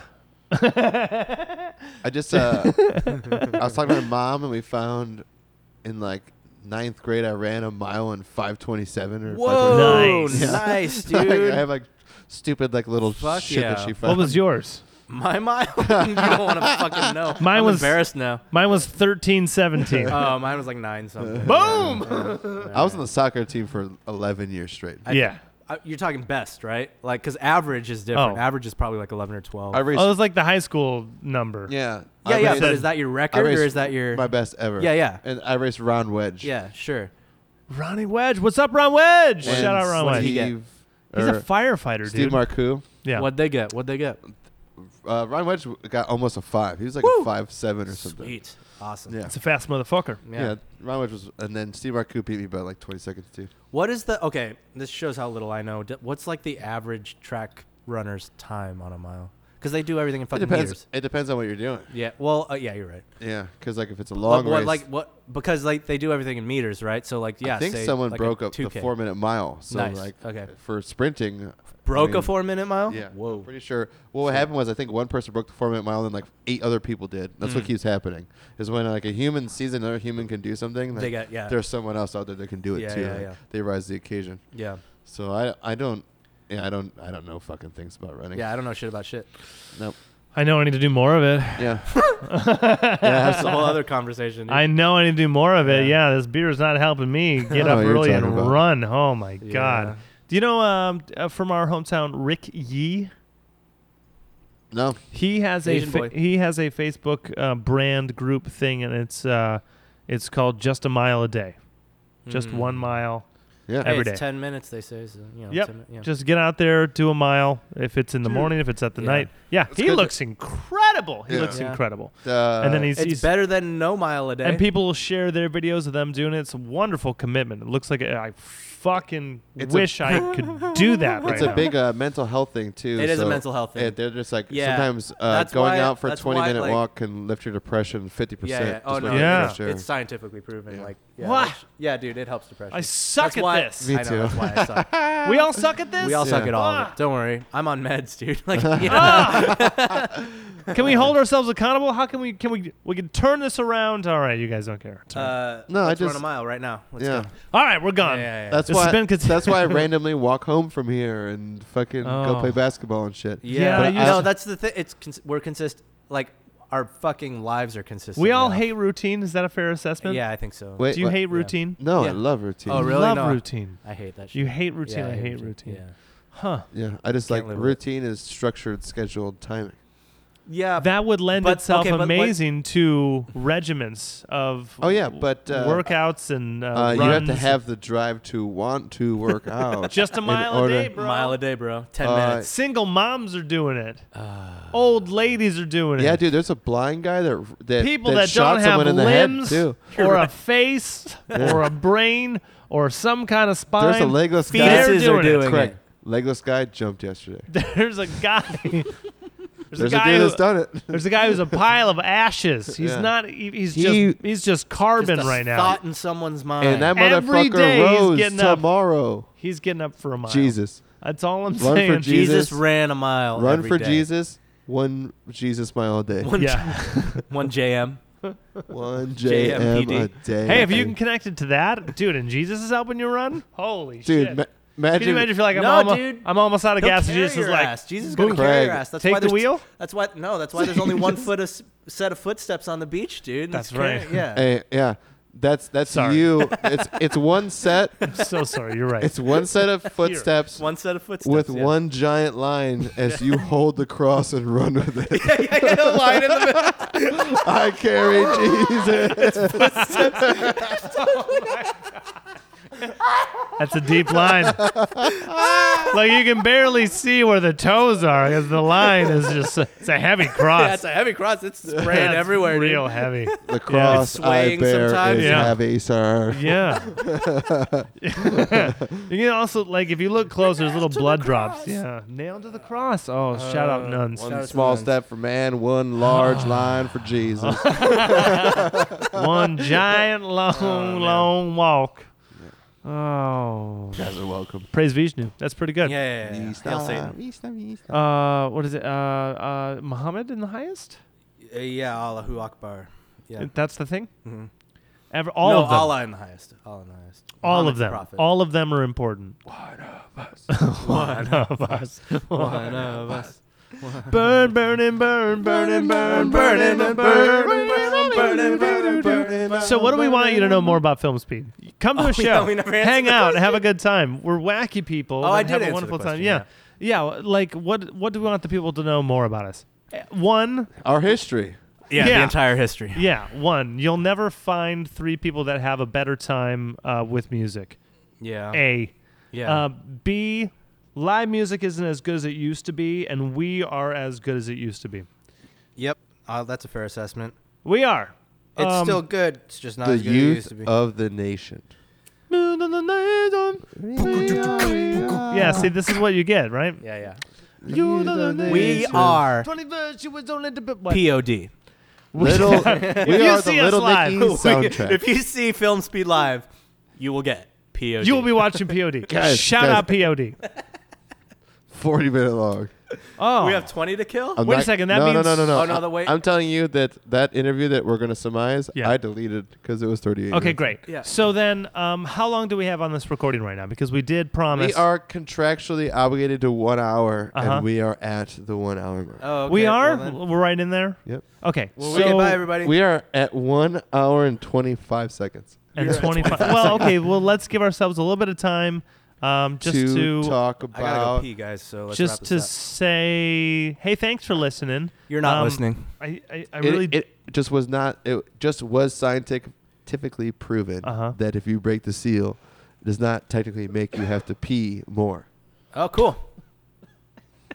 C: I just uh, I was talking to my mom and we found in like ninth grade I ran a mile in five twenty seven or
A: Whoa,
B: Nice.
A: nice,
B: Yeah.
C: Like,
A: dude.
C: I have like stupid like little
A: Fuck
C: shit
A: yeah.
C: that she
B: what
C: found.
B: was yours?
A: My mile? you don't want to fucking know.
B: Mine
A: I'm
B: was-
A: embarrassed now.
B: Mine was thirteen seventeen.
A: Oh, mine was like nine something.
B: Boom!
C: Uh, I was on the soccer team for eleven years straight.
A: I-
B: yeah.
A: I- Uh, you're talking best, right? Like, because average is different.
B: Oh.
A: Average is probably like 11 or 12.
C: I raced.
B: Oh, it was like the high school number.
C: yeah.
A: yeah,
C: I
A: yeah.
C: raced-
A: But is that your
C: I
A: record
C: raced
A: or is that your?
C: my best ever?
A: Yeah, yeah.
C: And I raced round wedge.
A: Yeah, sure.
B: Ronnie Wedge. What's up, Ron Wedge?
C: And
B: Shout out, Ron
A: what
B: Wedge.
A: did he
C: Steve,
B: He's a
C: or
B: firefighter,
C: er, Steve
B: dude.
C: Marcoux.
B: Yeah.
A: What'd they get? What'd they get?
C: Uh, Ron Wedge got almost a five. He was like a five seven or something.
A: Sweet. Awesome.
C: Yeah.
B: It's a fast motherfucker.
C: yeah. Ron Wedge was, and then Steve Arcu beat me by like twenty seconds too.
A: What is the okay? This shows how little I know. D- What's like the average track runner's time on a mile? Because they do everything in
C: It
A: fucking
C: depends.
A: meters.
C: It depends on what you're doing.
A: Yeah. Well, uh, yeah, you're right.
C: Yeah, because like if it's a long
A: But what,
C: race,
A: like what? Because like they do everything in meters, right? So like yeah.
C: I think
A: say,
C: someone
A: like, a
C: broke up the
A: 2K.
C: four minute mile. So
A: Nice.
C: like
A: Okay.
C: for sprinting,
A: Broke
C: I mean,
A: a four minute mile.
C: Yeah,
A: Whoa.
C: Pretty sure. Well, what happened was I think one person broke the four minute mile, and like eight other people did. That's
A: Mm.
C: what keeps happening. Is when like a human sees another human can do something,
A: They
C: like,
A: got- yeah.
C: There's someone else out there that can do it
A: Yeah,
C: too.
A: yeah,
C: Like,
A: yeah.
C: They rise to the occasion.
A: Yeah.
C: So I I don't yeah I don't I don't know fucking things about running.
A: Yeah. I don't know shit about shit.
C: Nope.
B: I know I need to do more of it.
C: Yeah.
A: That's a whole other conversation. dude.
B: I know I need to do more of it. Yeah, this beer is not helping me get
C: know
B: up
C: what you're
B: early and
C: talking about.
B: run. Oh my
A: Yeah.
B: god. Do you know um, uh, from our hometown Rick Yee?
C: no.
B: He has
A: Asian
B: a fa-
A: boy.
B: he has a Facebook uh, brand group thing, and it's uh, it's called Just a Mile a Day, just
A: Mm.
B: one mile.
C: Yeah.
A: Hey,
B: every
A: it's
B: day.
A: ten minutes. They say. So, you know,
B: Yep.
A: 10 minute- yeah.
B: Just get out there, do a mile. If it's in the
C: Dude.
B: morning, if it's at the
A: Yeah.
B: night. Yeah, he
C: good.
B: looks incredible. He
C: Yeah.
B: looks
A: Yeah.
B: incredible.
C: Uh,
B: and then he's,
A: it's
B: he's
A: better than no mile a day.
B: and people will share their videos of them doing it. It's a wonderful commitment. It looks like uh, I fucking
C: It's a-
B: wish I could do that right
C: It's
B: now.
C: a big uh, mental health thing too.
A: It is a
C: so-
A: mental health thing.
C: Yeah, they're just like
A: Yeah.
C: sometimes uh,
A: That's
C: going
A: why-
C: out for a
A: that's
C: twenty
A: why,
C: minute
A: like-
C: walk can lift your depression fifty
A: Yeah,
C: percent.
A: yeah. Oh no,
B: what Yeah.
A: it's, it's scientifically proven.
C: Yeah.
A: Like, yeah,
B: What?
A: that's- Yeah, dude, it helps depression.
B: I suck
A: That's
B: at
A: why-
B: this.
C: Me
A: I know,
C: too.
A: That's why I suck.
B: We all suck at this.
A: We all suck
C: Yeah.
A: at all of
B: Ah.
A: it. Don't worry. I'm on meds, dude. Like, yeah.
B: Ah! can we hold ourselves accountable? How can we? Can we? We can turn this around. All right, you guys don't care. Turn-
A: uh,
C: No, I
A: let's run
C: just-
A: a mile right now. Let's
C: yeah.
A: go.
B: all right, we're
A: Yeah,
B: gone.
A: yeah, yeah.
C: That's
B: This has
C: why.
B: been cons-
C: that's why I randomly walk home from here and fucking
B: Oh.
C: go play basketball and shit.
B: Yeah,
A: But
B: you
A: I- no,
B: s-
A: that's the thing. It's cons- we're consist. Like, our fucking lives are consistent.
B: We all
A: now.
B: hate routine. Is that a fair assessment?
A: Yeah, I think so.
C: Wait,
B: Do you
C: what?
B: hate
A: Yeah.
B: routine?
C: No, I
B: Yeah.
C: love routine.
A: Oh, really?
B: Love
A: No.
B: routine.
A: I hate that shit.
B: You hate routine.
A: Yeah,
B: I, hate routine.
A: Yeah.
B: Huh.
C: Yeah, I just
A: Can't
C: like
A: live with it.
C: routine is structured, scheduled timing.
A: Yeah.
B: that would lend
A: Uh, But-
B: itself
A: okay, but what-
B: amazing to regiments of
C: Oh, yeah, but, uh,
B: workouts and uh,
C: Uh, you have to
B: runs.
C: have the drive to want to work out.
B: just a
C: in
B: mile a
C: order-
B: day, bro.
A: mile a day, bro. Ten
C: Uh,
A: minutes.
B: Single moms are doing it.
A: Uh,
B: Old ladies are doing
C: Yeah,
B: it.
C: dude. There's a blind guy that that
B: People
C: that,
B: that,
C: shot
B: don't
C: someone
B: have
C: in the
B: limbs
C: head too.
B: or a face or a brain or some kind of spine.
C: There's a legless
B: They're
C: guy.
A: Fetuses are
B: doing it.
A: doing it.
C: Correct. Legless guy jumped yesterday.
B: There's a guy. There's,
C: There's
B: a
C: a,
B: guy
C: dude
B: who,
C: that's done it.
B: There's a guy who's a pile of ashes. He's
C: Yeah.
B: not. he- He's
C: He-
B: just. He's just carbon
A: Just a
B: right now.
A: Thought in someone's mind.
C: and that
B: Every day
C: motherfucker
B: he's
C: rose
B: getting up.
C: tomorrow.
B: He's getting up for a mile.
C: Jesus,
B: That's all I'm
C: Run for
B: saying.
C: Jesus.
A: Jesus ran a mile.
C: run
A: every
C: for
A: day.
C: Jesus. One Jesus mile a day.
A: One,
B: Yeah.
A: one JM.
C: One JM a
A: JMPD.
C: day.
B: hey, if you can connect it to that, dude, and Jesus is helping you run, holy
C: dude,
B: shit.
C: ma-
B: Can you
C: imagine,
B: imagine if you're like, I'm,
A: No,
B: almost,
A: dude.
B: I'm almost out of
A: He'll
B: gas, and
A: carry
B: Jesus is
A: your
B: like,
A: ass. Jesus is going to carry
C: Craig,
A: your ass. That's
B: take
A: why
B: the
A: there's-
B: wheel?
A: That's why no. That's why there's only one foot a s- set of footsteps on the beach, dude. and
B: That's
A: it's carrying-
B: right.
A: Yeah.
C: Hey, yeah, that's that's
B: Sorry.
C: you. It's it's one set.
B: I'm so sorry, you're right.
C: It's one set of footsteps
A: One set of footsteps
C: with
A: yeah.
C: one giant line as you hold the cross and run with it.
A: yeah, yeah, yeah, line in the middle.
C: I carry Jesus.
B: That's a deep line. like, you can barely see where the toes are because the line is just, it's a heavy
A: Yeah,
B: cross.
A: it's a heavy cross. It's spraying
B: That's
A: everywhere, dude.
B: Real heavy.
C: The cross
A: It's
C: I
A: swaying
C: bear
A: sometimes.
C: is
B: Yeah.
C: heavy, sir.
B: Yeah. you can also, like, if you look closer, there's little blood drops. Yeah. Nailed to the cross. Oh, shout out nuns.
C: One small step for man, one large line for Jesus.
B: one giant long, long walk. Oh,
C: guys are welcome.
B: praise Vishnu. That's pretty
A: Yeah,
B: good.
A: yeah, yeah. yeah. Hail
C: Ah,
A: Satan.
C: East, um, East.
B: Uh, what is it? Uh, uh, Muhammad in the highest.
A: Uh, Yeah, Allahu Akbar. Yeah.
B: That's the thing.
A: Mhm.
B: Ever, all
A: no,
B: of them.
A: Allah in the highest. Allah in the highest.
B: all of
A: Muhammad's
B: them.
A: prophet.
B: All of them are important.
A: one of us. One of us.
B: Burn, burn, and burn, burn, and burn, burn, and burn, burn, burn, and burn, burn. So what do we want you to know more about Film Speed? Come to
A: Oh,
B: a
A: yeah,
B: show,
A: we never answered
B: hang
A: the
B: out, have a good time. We're wacky people.
A: Oh,
B: that
A: I did
B: have
A: answer
B: a
A: the
B: wonderful time.
A: question,
B: Yeah. yeah, Like what? What do we want the people to know more about us? Eh, One,
C: Our history.
A: Yeah,
B: Yeah.
A: the entire history.
B: yeah, one. You'll never find three people that have a better time uh, with music.
A: Uh-huh. Yeah.
B: A.
A: yeah.
B: Uh, B. live music isn't as good as it used to be, and we are as good as it used to be.
A: Yep, uh, that's a fair assessment.
B: We are.
A: It's
B: Um,
A: still good. It's just not
C: the
A: as good as it
C: youth
A: used to be.
C: of the nation.
B: Yeah, see, this is what you get, right?
A: Ah. yeah,
B: You the
A: yeah. We are
B: 21st, you was only the bit- what?
A: POD.
C: little. we are the
B: see us
C: little
B: live-
C: Nicky soundtrack.
A: if you see Film Speed Live, you will get POD.
B: You will be watching POD.
C: Guys,
B: Shout
C: guys.
B: out POD.
C: Forty minute long.
B: Oh,
A: We have 20 to kill?
C: I'm
B: Wait a second, that
C: no, no,
B: means-
C: no, no, no.
A: Oh, no, the way-
C: I'm telling you that that interview that we're gonna surmise,
B: Yeah.
C: I deleted because it was 38.
B: okay,
C: minutes.
B: great.
A: Yeah.
B: So then, um, how long do we have on this recording right now? Because we did promise
C: We are contractually obligated to one hour,
B: Uh-huh.
C: and we are at the one hour mark.
A: oh, okay,
B: we are
A: Well, then.
B: we're right in there.
C: Yep.
B: Okay.
A: Well,
B: so
A: okay, bye, everybody.
C: We are at one hour and 25 seconds
B: and
A: You're at
B: 25. well, okay. Well, let's give ourselves a little bit of time, um, just
C: to,
B: to,
C: talk
A: I gotta go
C: about.
A: pee, guys, so let's wrap
B: just to
A: this up.
B: say, hey, thanks for listening.
A: You're not
B: Um,
A: listening.
B: I, I, I
C: it,
B: really
C: it just was not. It just was scientifically proven
B: Uh-huh.
C: that if you break the seal, it does not technically make you have to pee more.
A: Oh, cool.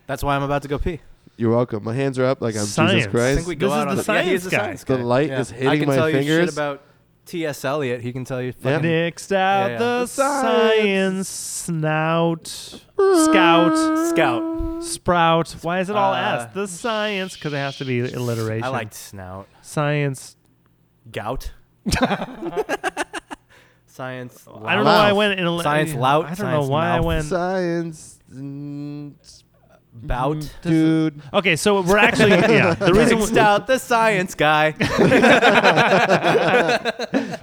A: That's why I'm about to go pee.
C: You're welcome. My hands are up like I'm
B: Science.
C: Jesus
A: I
C: Christ.
A: think we go
B: This is
A: out on
B: the
A: yeah, he is
B: science
A: the
B: guy.
A: science
C: The
A: guy.
C: light
A: Yeah.
C: is hitting
A: I can
C: my
A: tell you shit
C: fingers.
A: about T.S. Eliot. He can tell you.
C: Yeah.
A: Fucking
B: nixed out
A: yeah.
B: the science.
C: Science.
B: snout
A: Uh.
B: scout
A: Scout.
B: sprout. Why is it all
A: Uh,
B: S? The science because it has to be alliteration.
A: I liked snout.
B: science.
A: Gout. science.
B: I don't know
C: Wow.
B: why I went in. alle-
A: Science lout,
B: I don't
A: science
B: know why
A: mouth.
B: I went.
C: Science, mm,
A: Bout.
B: Mm-hmm.
C: dude.
B: Okay, so we're actually yeah. The reason we
A: Fixed out the science guy.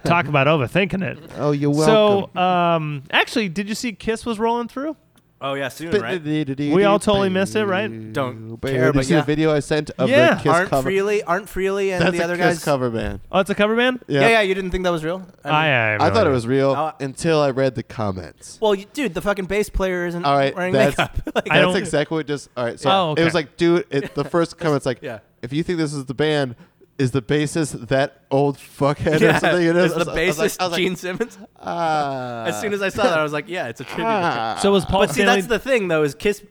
B: talk about overthinking it.
C: Oh, you're welcome.
B: So, um, actually, did you see Kiss was rolling through?
A: Oh yeah, soon, right?
C: we
B: all totally missed it, right?
A: Don't
C: But
A: care,
C: did you
A: but
C: see
A: yeah.
C: the video I sent of
B: Yeah.
C: the Kiss
A: Aren't
C: cover?
A: Freely, aren't Freely, and
C: That's
A: the
C: a
A: other
C: Kiss
A: guys.
C: cover band.
B: Oh, it's a cover band.
A: Yeah, yeah. You didn't think that was real?
B: I,
A: mean-
B: I,
C: I thought it was real
A: Oh, I-
C: until I read the comments.
A: Well, you, dude, the fucking bass player isn't
C: All right,
A: wearing
C: that's-
A: makeup. like,
B: I
C: That's
B: don't-
C: exactly what just. All right, so
B: Oh,
C: it
B: okay.
C: was like, dude, it, the first comment's like,
A: Yeah.
C: if you think this is the band, is the bassist that old fuckhead or something? It
A: is
C: is
A: the
C: I
A: bassist
C: was like- I was like,
A: Gene Simmons?
C: ah.
A: As soon as I saw that, I was like, yeah, it's a tribute.
C: ah.
B: So was Paul
A: but see,
B: Stanley?
A: that's the thing though, is Kiss.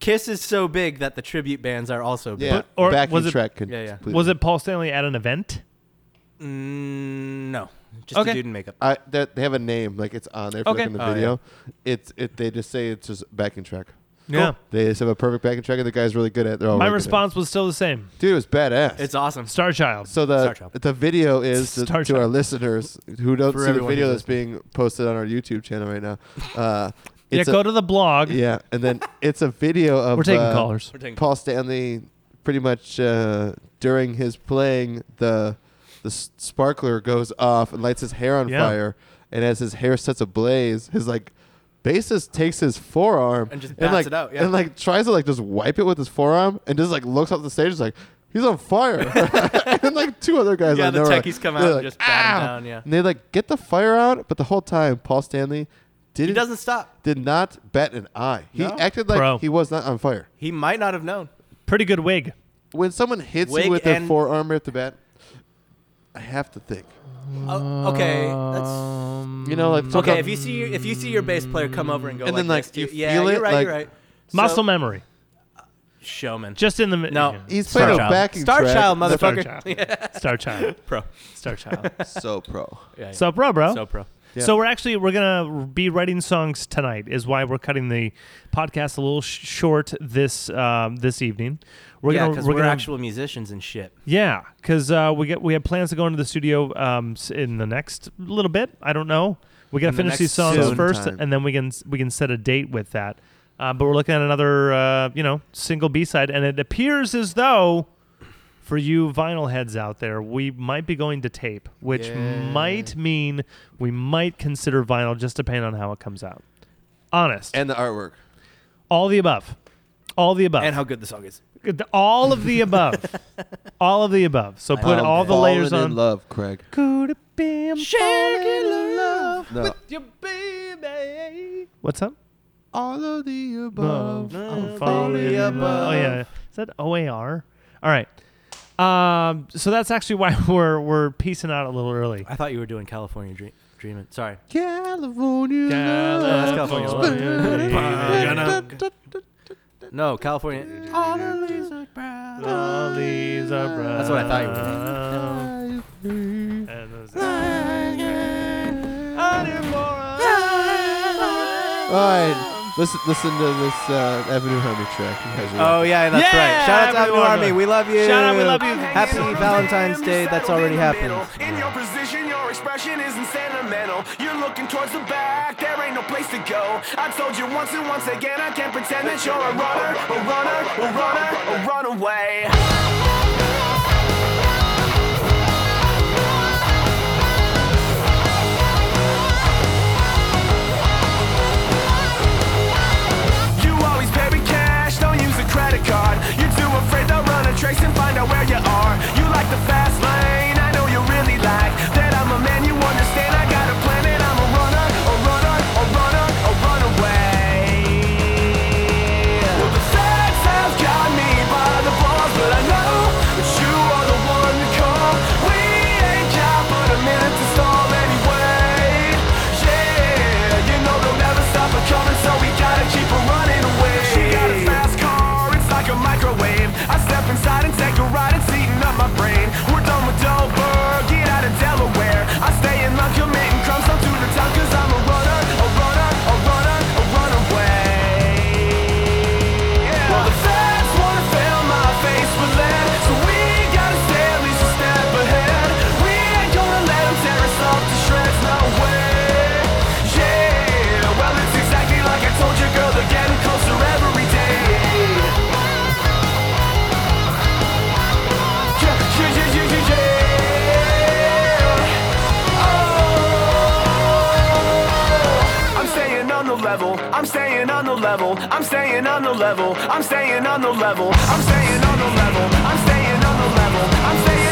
A: Kiss is so big that the tribute bands are also big.
C: yeah,
B: or
C: backing
B: was it-
C: track. Can
A: Yeah, yeah.
B: was it Paul Stanley at an event?
A: Mm, no, just
B: Okay.
A: a dude in makeup.
C: I that they have a name, like it's on there if you
B: Okay.
C: look in the
A: Oh,
C: video. It's it they just say it's just backing track.
B: Yeah.
C: They just have a perfect backing track and the guy's really good at it. They're all
B: My
C: really good at it.
B: response was still the same.
C: Dude, it was badass.
A: It's awesome.
B: Star Child.
C: so the
A: Star Child.
C: the video is to,
B: Star
C: to our
B: Child.
C: listeners who don't
A: For
C: see the
A: everyone
C: video
A: who's
C: that's being posted on our YouTube channel right now. Uh
B: yeah,
C: it's a-
B: go to the blog.
C: yeah, and then it's a video of
B: We're taking
C: uh,
B: callers.
A: We're taking-
C: Paul Stanley pretty much uh, during his playing the the s- sparkler goes off and lights his hair on
B: Yeah.
C: fire and as his hair sets ablaze his like bassist takes his forearm
A: And just bats
C: like
A: it out, yeah.
C: and like tries to like just wipe it with his forearm and just like looks up the stage is like he's on fire and like two other guys
A: yeah,
C: on
A: the
C: there are
A: techies
C: like-
A: come
C: they're
A: out and
C: like,
A: just bat him
C: "Ow!"
A: down. Yeah,
C: and they like get the fire out but the whole time Paul Stanley
A: he
C: didn't
A: doesn't stop.
C: did not bat an eye he
A: No?
C: acted like
B: Pro.
C: he was not on fire
A: He might not have known.
B: Pretty good wig.
C: when someone hits
A: Wig
C: you with their
A: and-
C: forearm at the bat, I have to think.
A: Oh, okay,
B: Um,
A: that's
C: You know,
B: Mm.
C: like
A: okay. if you see if you see your bass player come over and go
C: And
A: like
C: then, like,
A: this,
C: you
A: yeah,
C: feel
A: you're
C: it,
A: right,
C: like-
A: you're right. So-
B: Muscle memory.
A: showman.
B: Just in the mi-
A: No.
B: yeah.
C: he's
B: Star
C: playing a
B: Child.
C: backing
A: Star
C: track.
A: Child,
B: Star
A: motherfucker.
B: Child. Star Child.
A: Pro.
B: Star Child.
C: so pro.
A: Yeah, yeah.
B: So, bro, bro.
A: so pro.
C: Yeah.
B: So we're actually we're gonna be writing songs tonight. Is why we're cutting the podcast a little sh- short this um, this evening. We're
A: yeah,
B: gonna
A: because we're,
B: gonna
A: actual musicians and shit.
B: yeah because uh, we get we have plans to go into the studio um, s- in the next little bit. I don't know. We gotta
A: In the
B: finish
A: next
B: these songs
C: soon
B: first,
C: time.
B: and then we can we can set a date with that. Uh, but we're looking at another uh, you know single B side, and it appears as though. For you vinyl heads out there, we might be going to tape, which
A: Yeah.
B: might mean we might consider vinyl just depending on how it comes out. Honest.
C: And the artwork.
B: all the above. All the above.
A: And how good the song is.
B: all of the above. all of the above. So put
A: I'm
B: all the
C: falling
B: layers on.
C: In love, Craig.
B: Could it be I'm falling in love
C: No.
B: with your baby? What's up?
C: All of the above.
B: I'm
A: Mm, falling
B: falling
A: in
B: in love.
A: love.
B: Oh yeah, is that OAR? All right. Um, so that's actually why we're we're piecing out a little early.
A: I thought you were doing California Dream Dreamin'. Sorry.
C: California.
A: that's
C: love.
A: California
C: Spin-
B: California.
C: da- da-
A: No, California. All the leaves are brown.
B: The leaves are brown.
A: That's what I thought you were
B: And those- All
C: All right, listen, listen to this uh, Avenue Harmony track. You guys are
A: Oh yeah, that's
B: Yeah,
A: right. Shout out to Avenue
B: everyone.
A: Army. We love you.
B: Shout out, we love you.
A: Happy Valentine's Day. That's already happened.
E: In your position, your expression isn't sentimental. You're looking towards the back, there ain't no place to go. I told you once and once again, I can't pretend that you're a runner, a runner, a runner, a runaway. You always pay with cash, don't use a credit card. You're too afraid to run a trace and find out where you are. You like the fast lane, I know you really like that. I'm a man, you understand. I got a plan and I'm a runner, a runner, a runner, a runaway. Well, the facts have got me by the balls, but I know that you are the one to call. We ain't got but a minute to stall anyway. Yeah, you know they'll never stop her coming, so we gotta keep her running away. She got a fast car, it's like a microwave. I step inside and take a ride, it's eating up my brain. We're done with Dover, get out of Delaware. I stay in line, committing crimes, I'm to the top, cause I'm a runner, a runner, a runner, a runaway. Well, the feds wanna fill my face with lead, so we gotta stay at least a step ahead. We ain't gonna let 'em tear us up to shreds, no way. Yeah, well, it's exactly like I told you, girl, they're getting closer every day. Yeah, yeah, yeah, yeah, yeah, yeah. Oh. I'm staying on the level. I'm staying on the level. I'm staying on the level. I'm staying on the level. I'm staying on the level. I'm staying on the level. I'm staying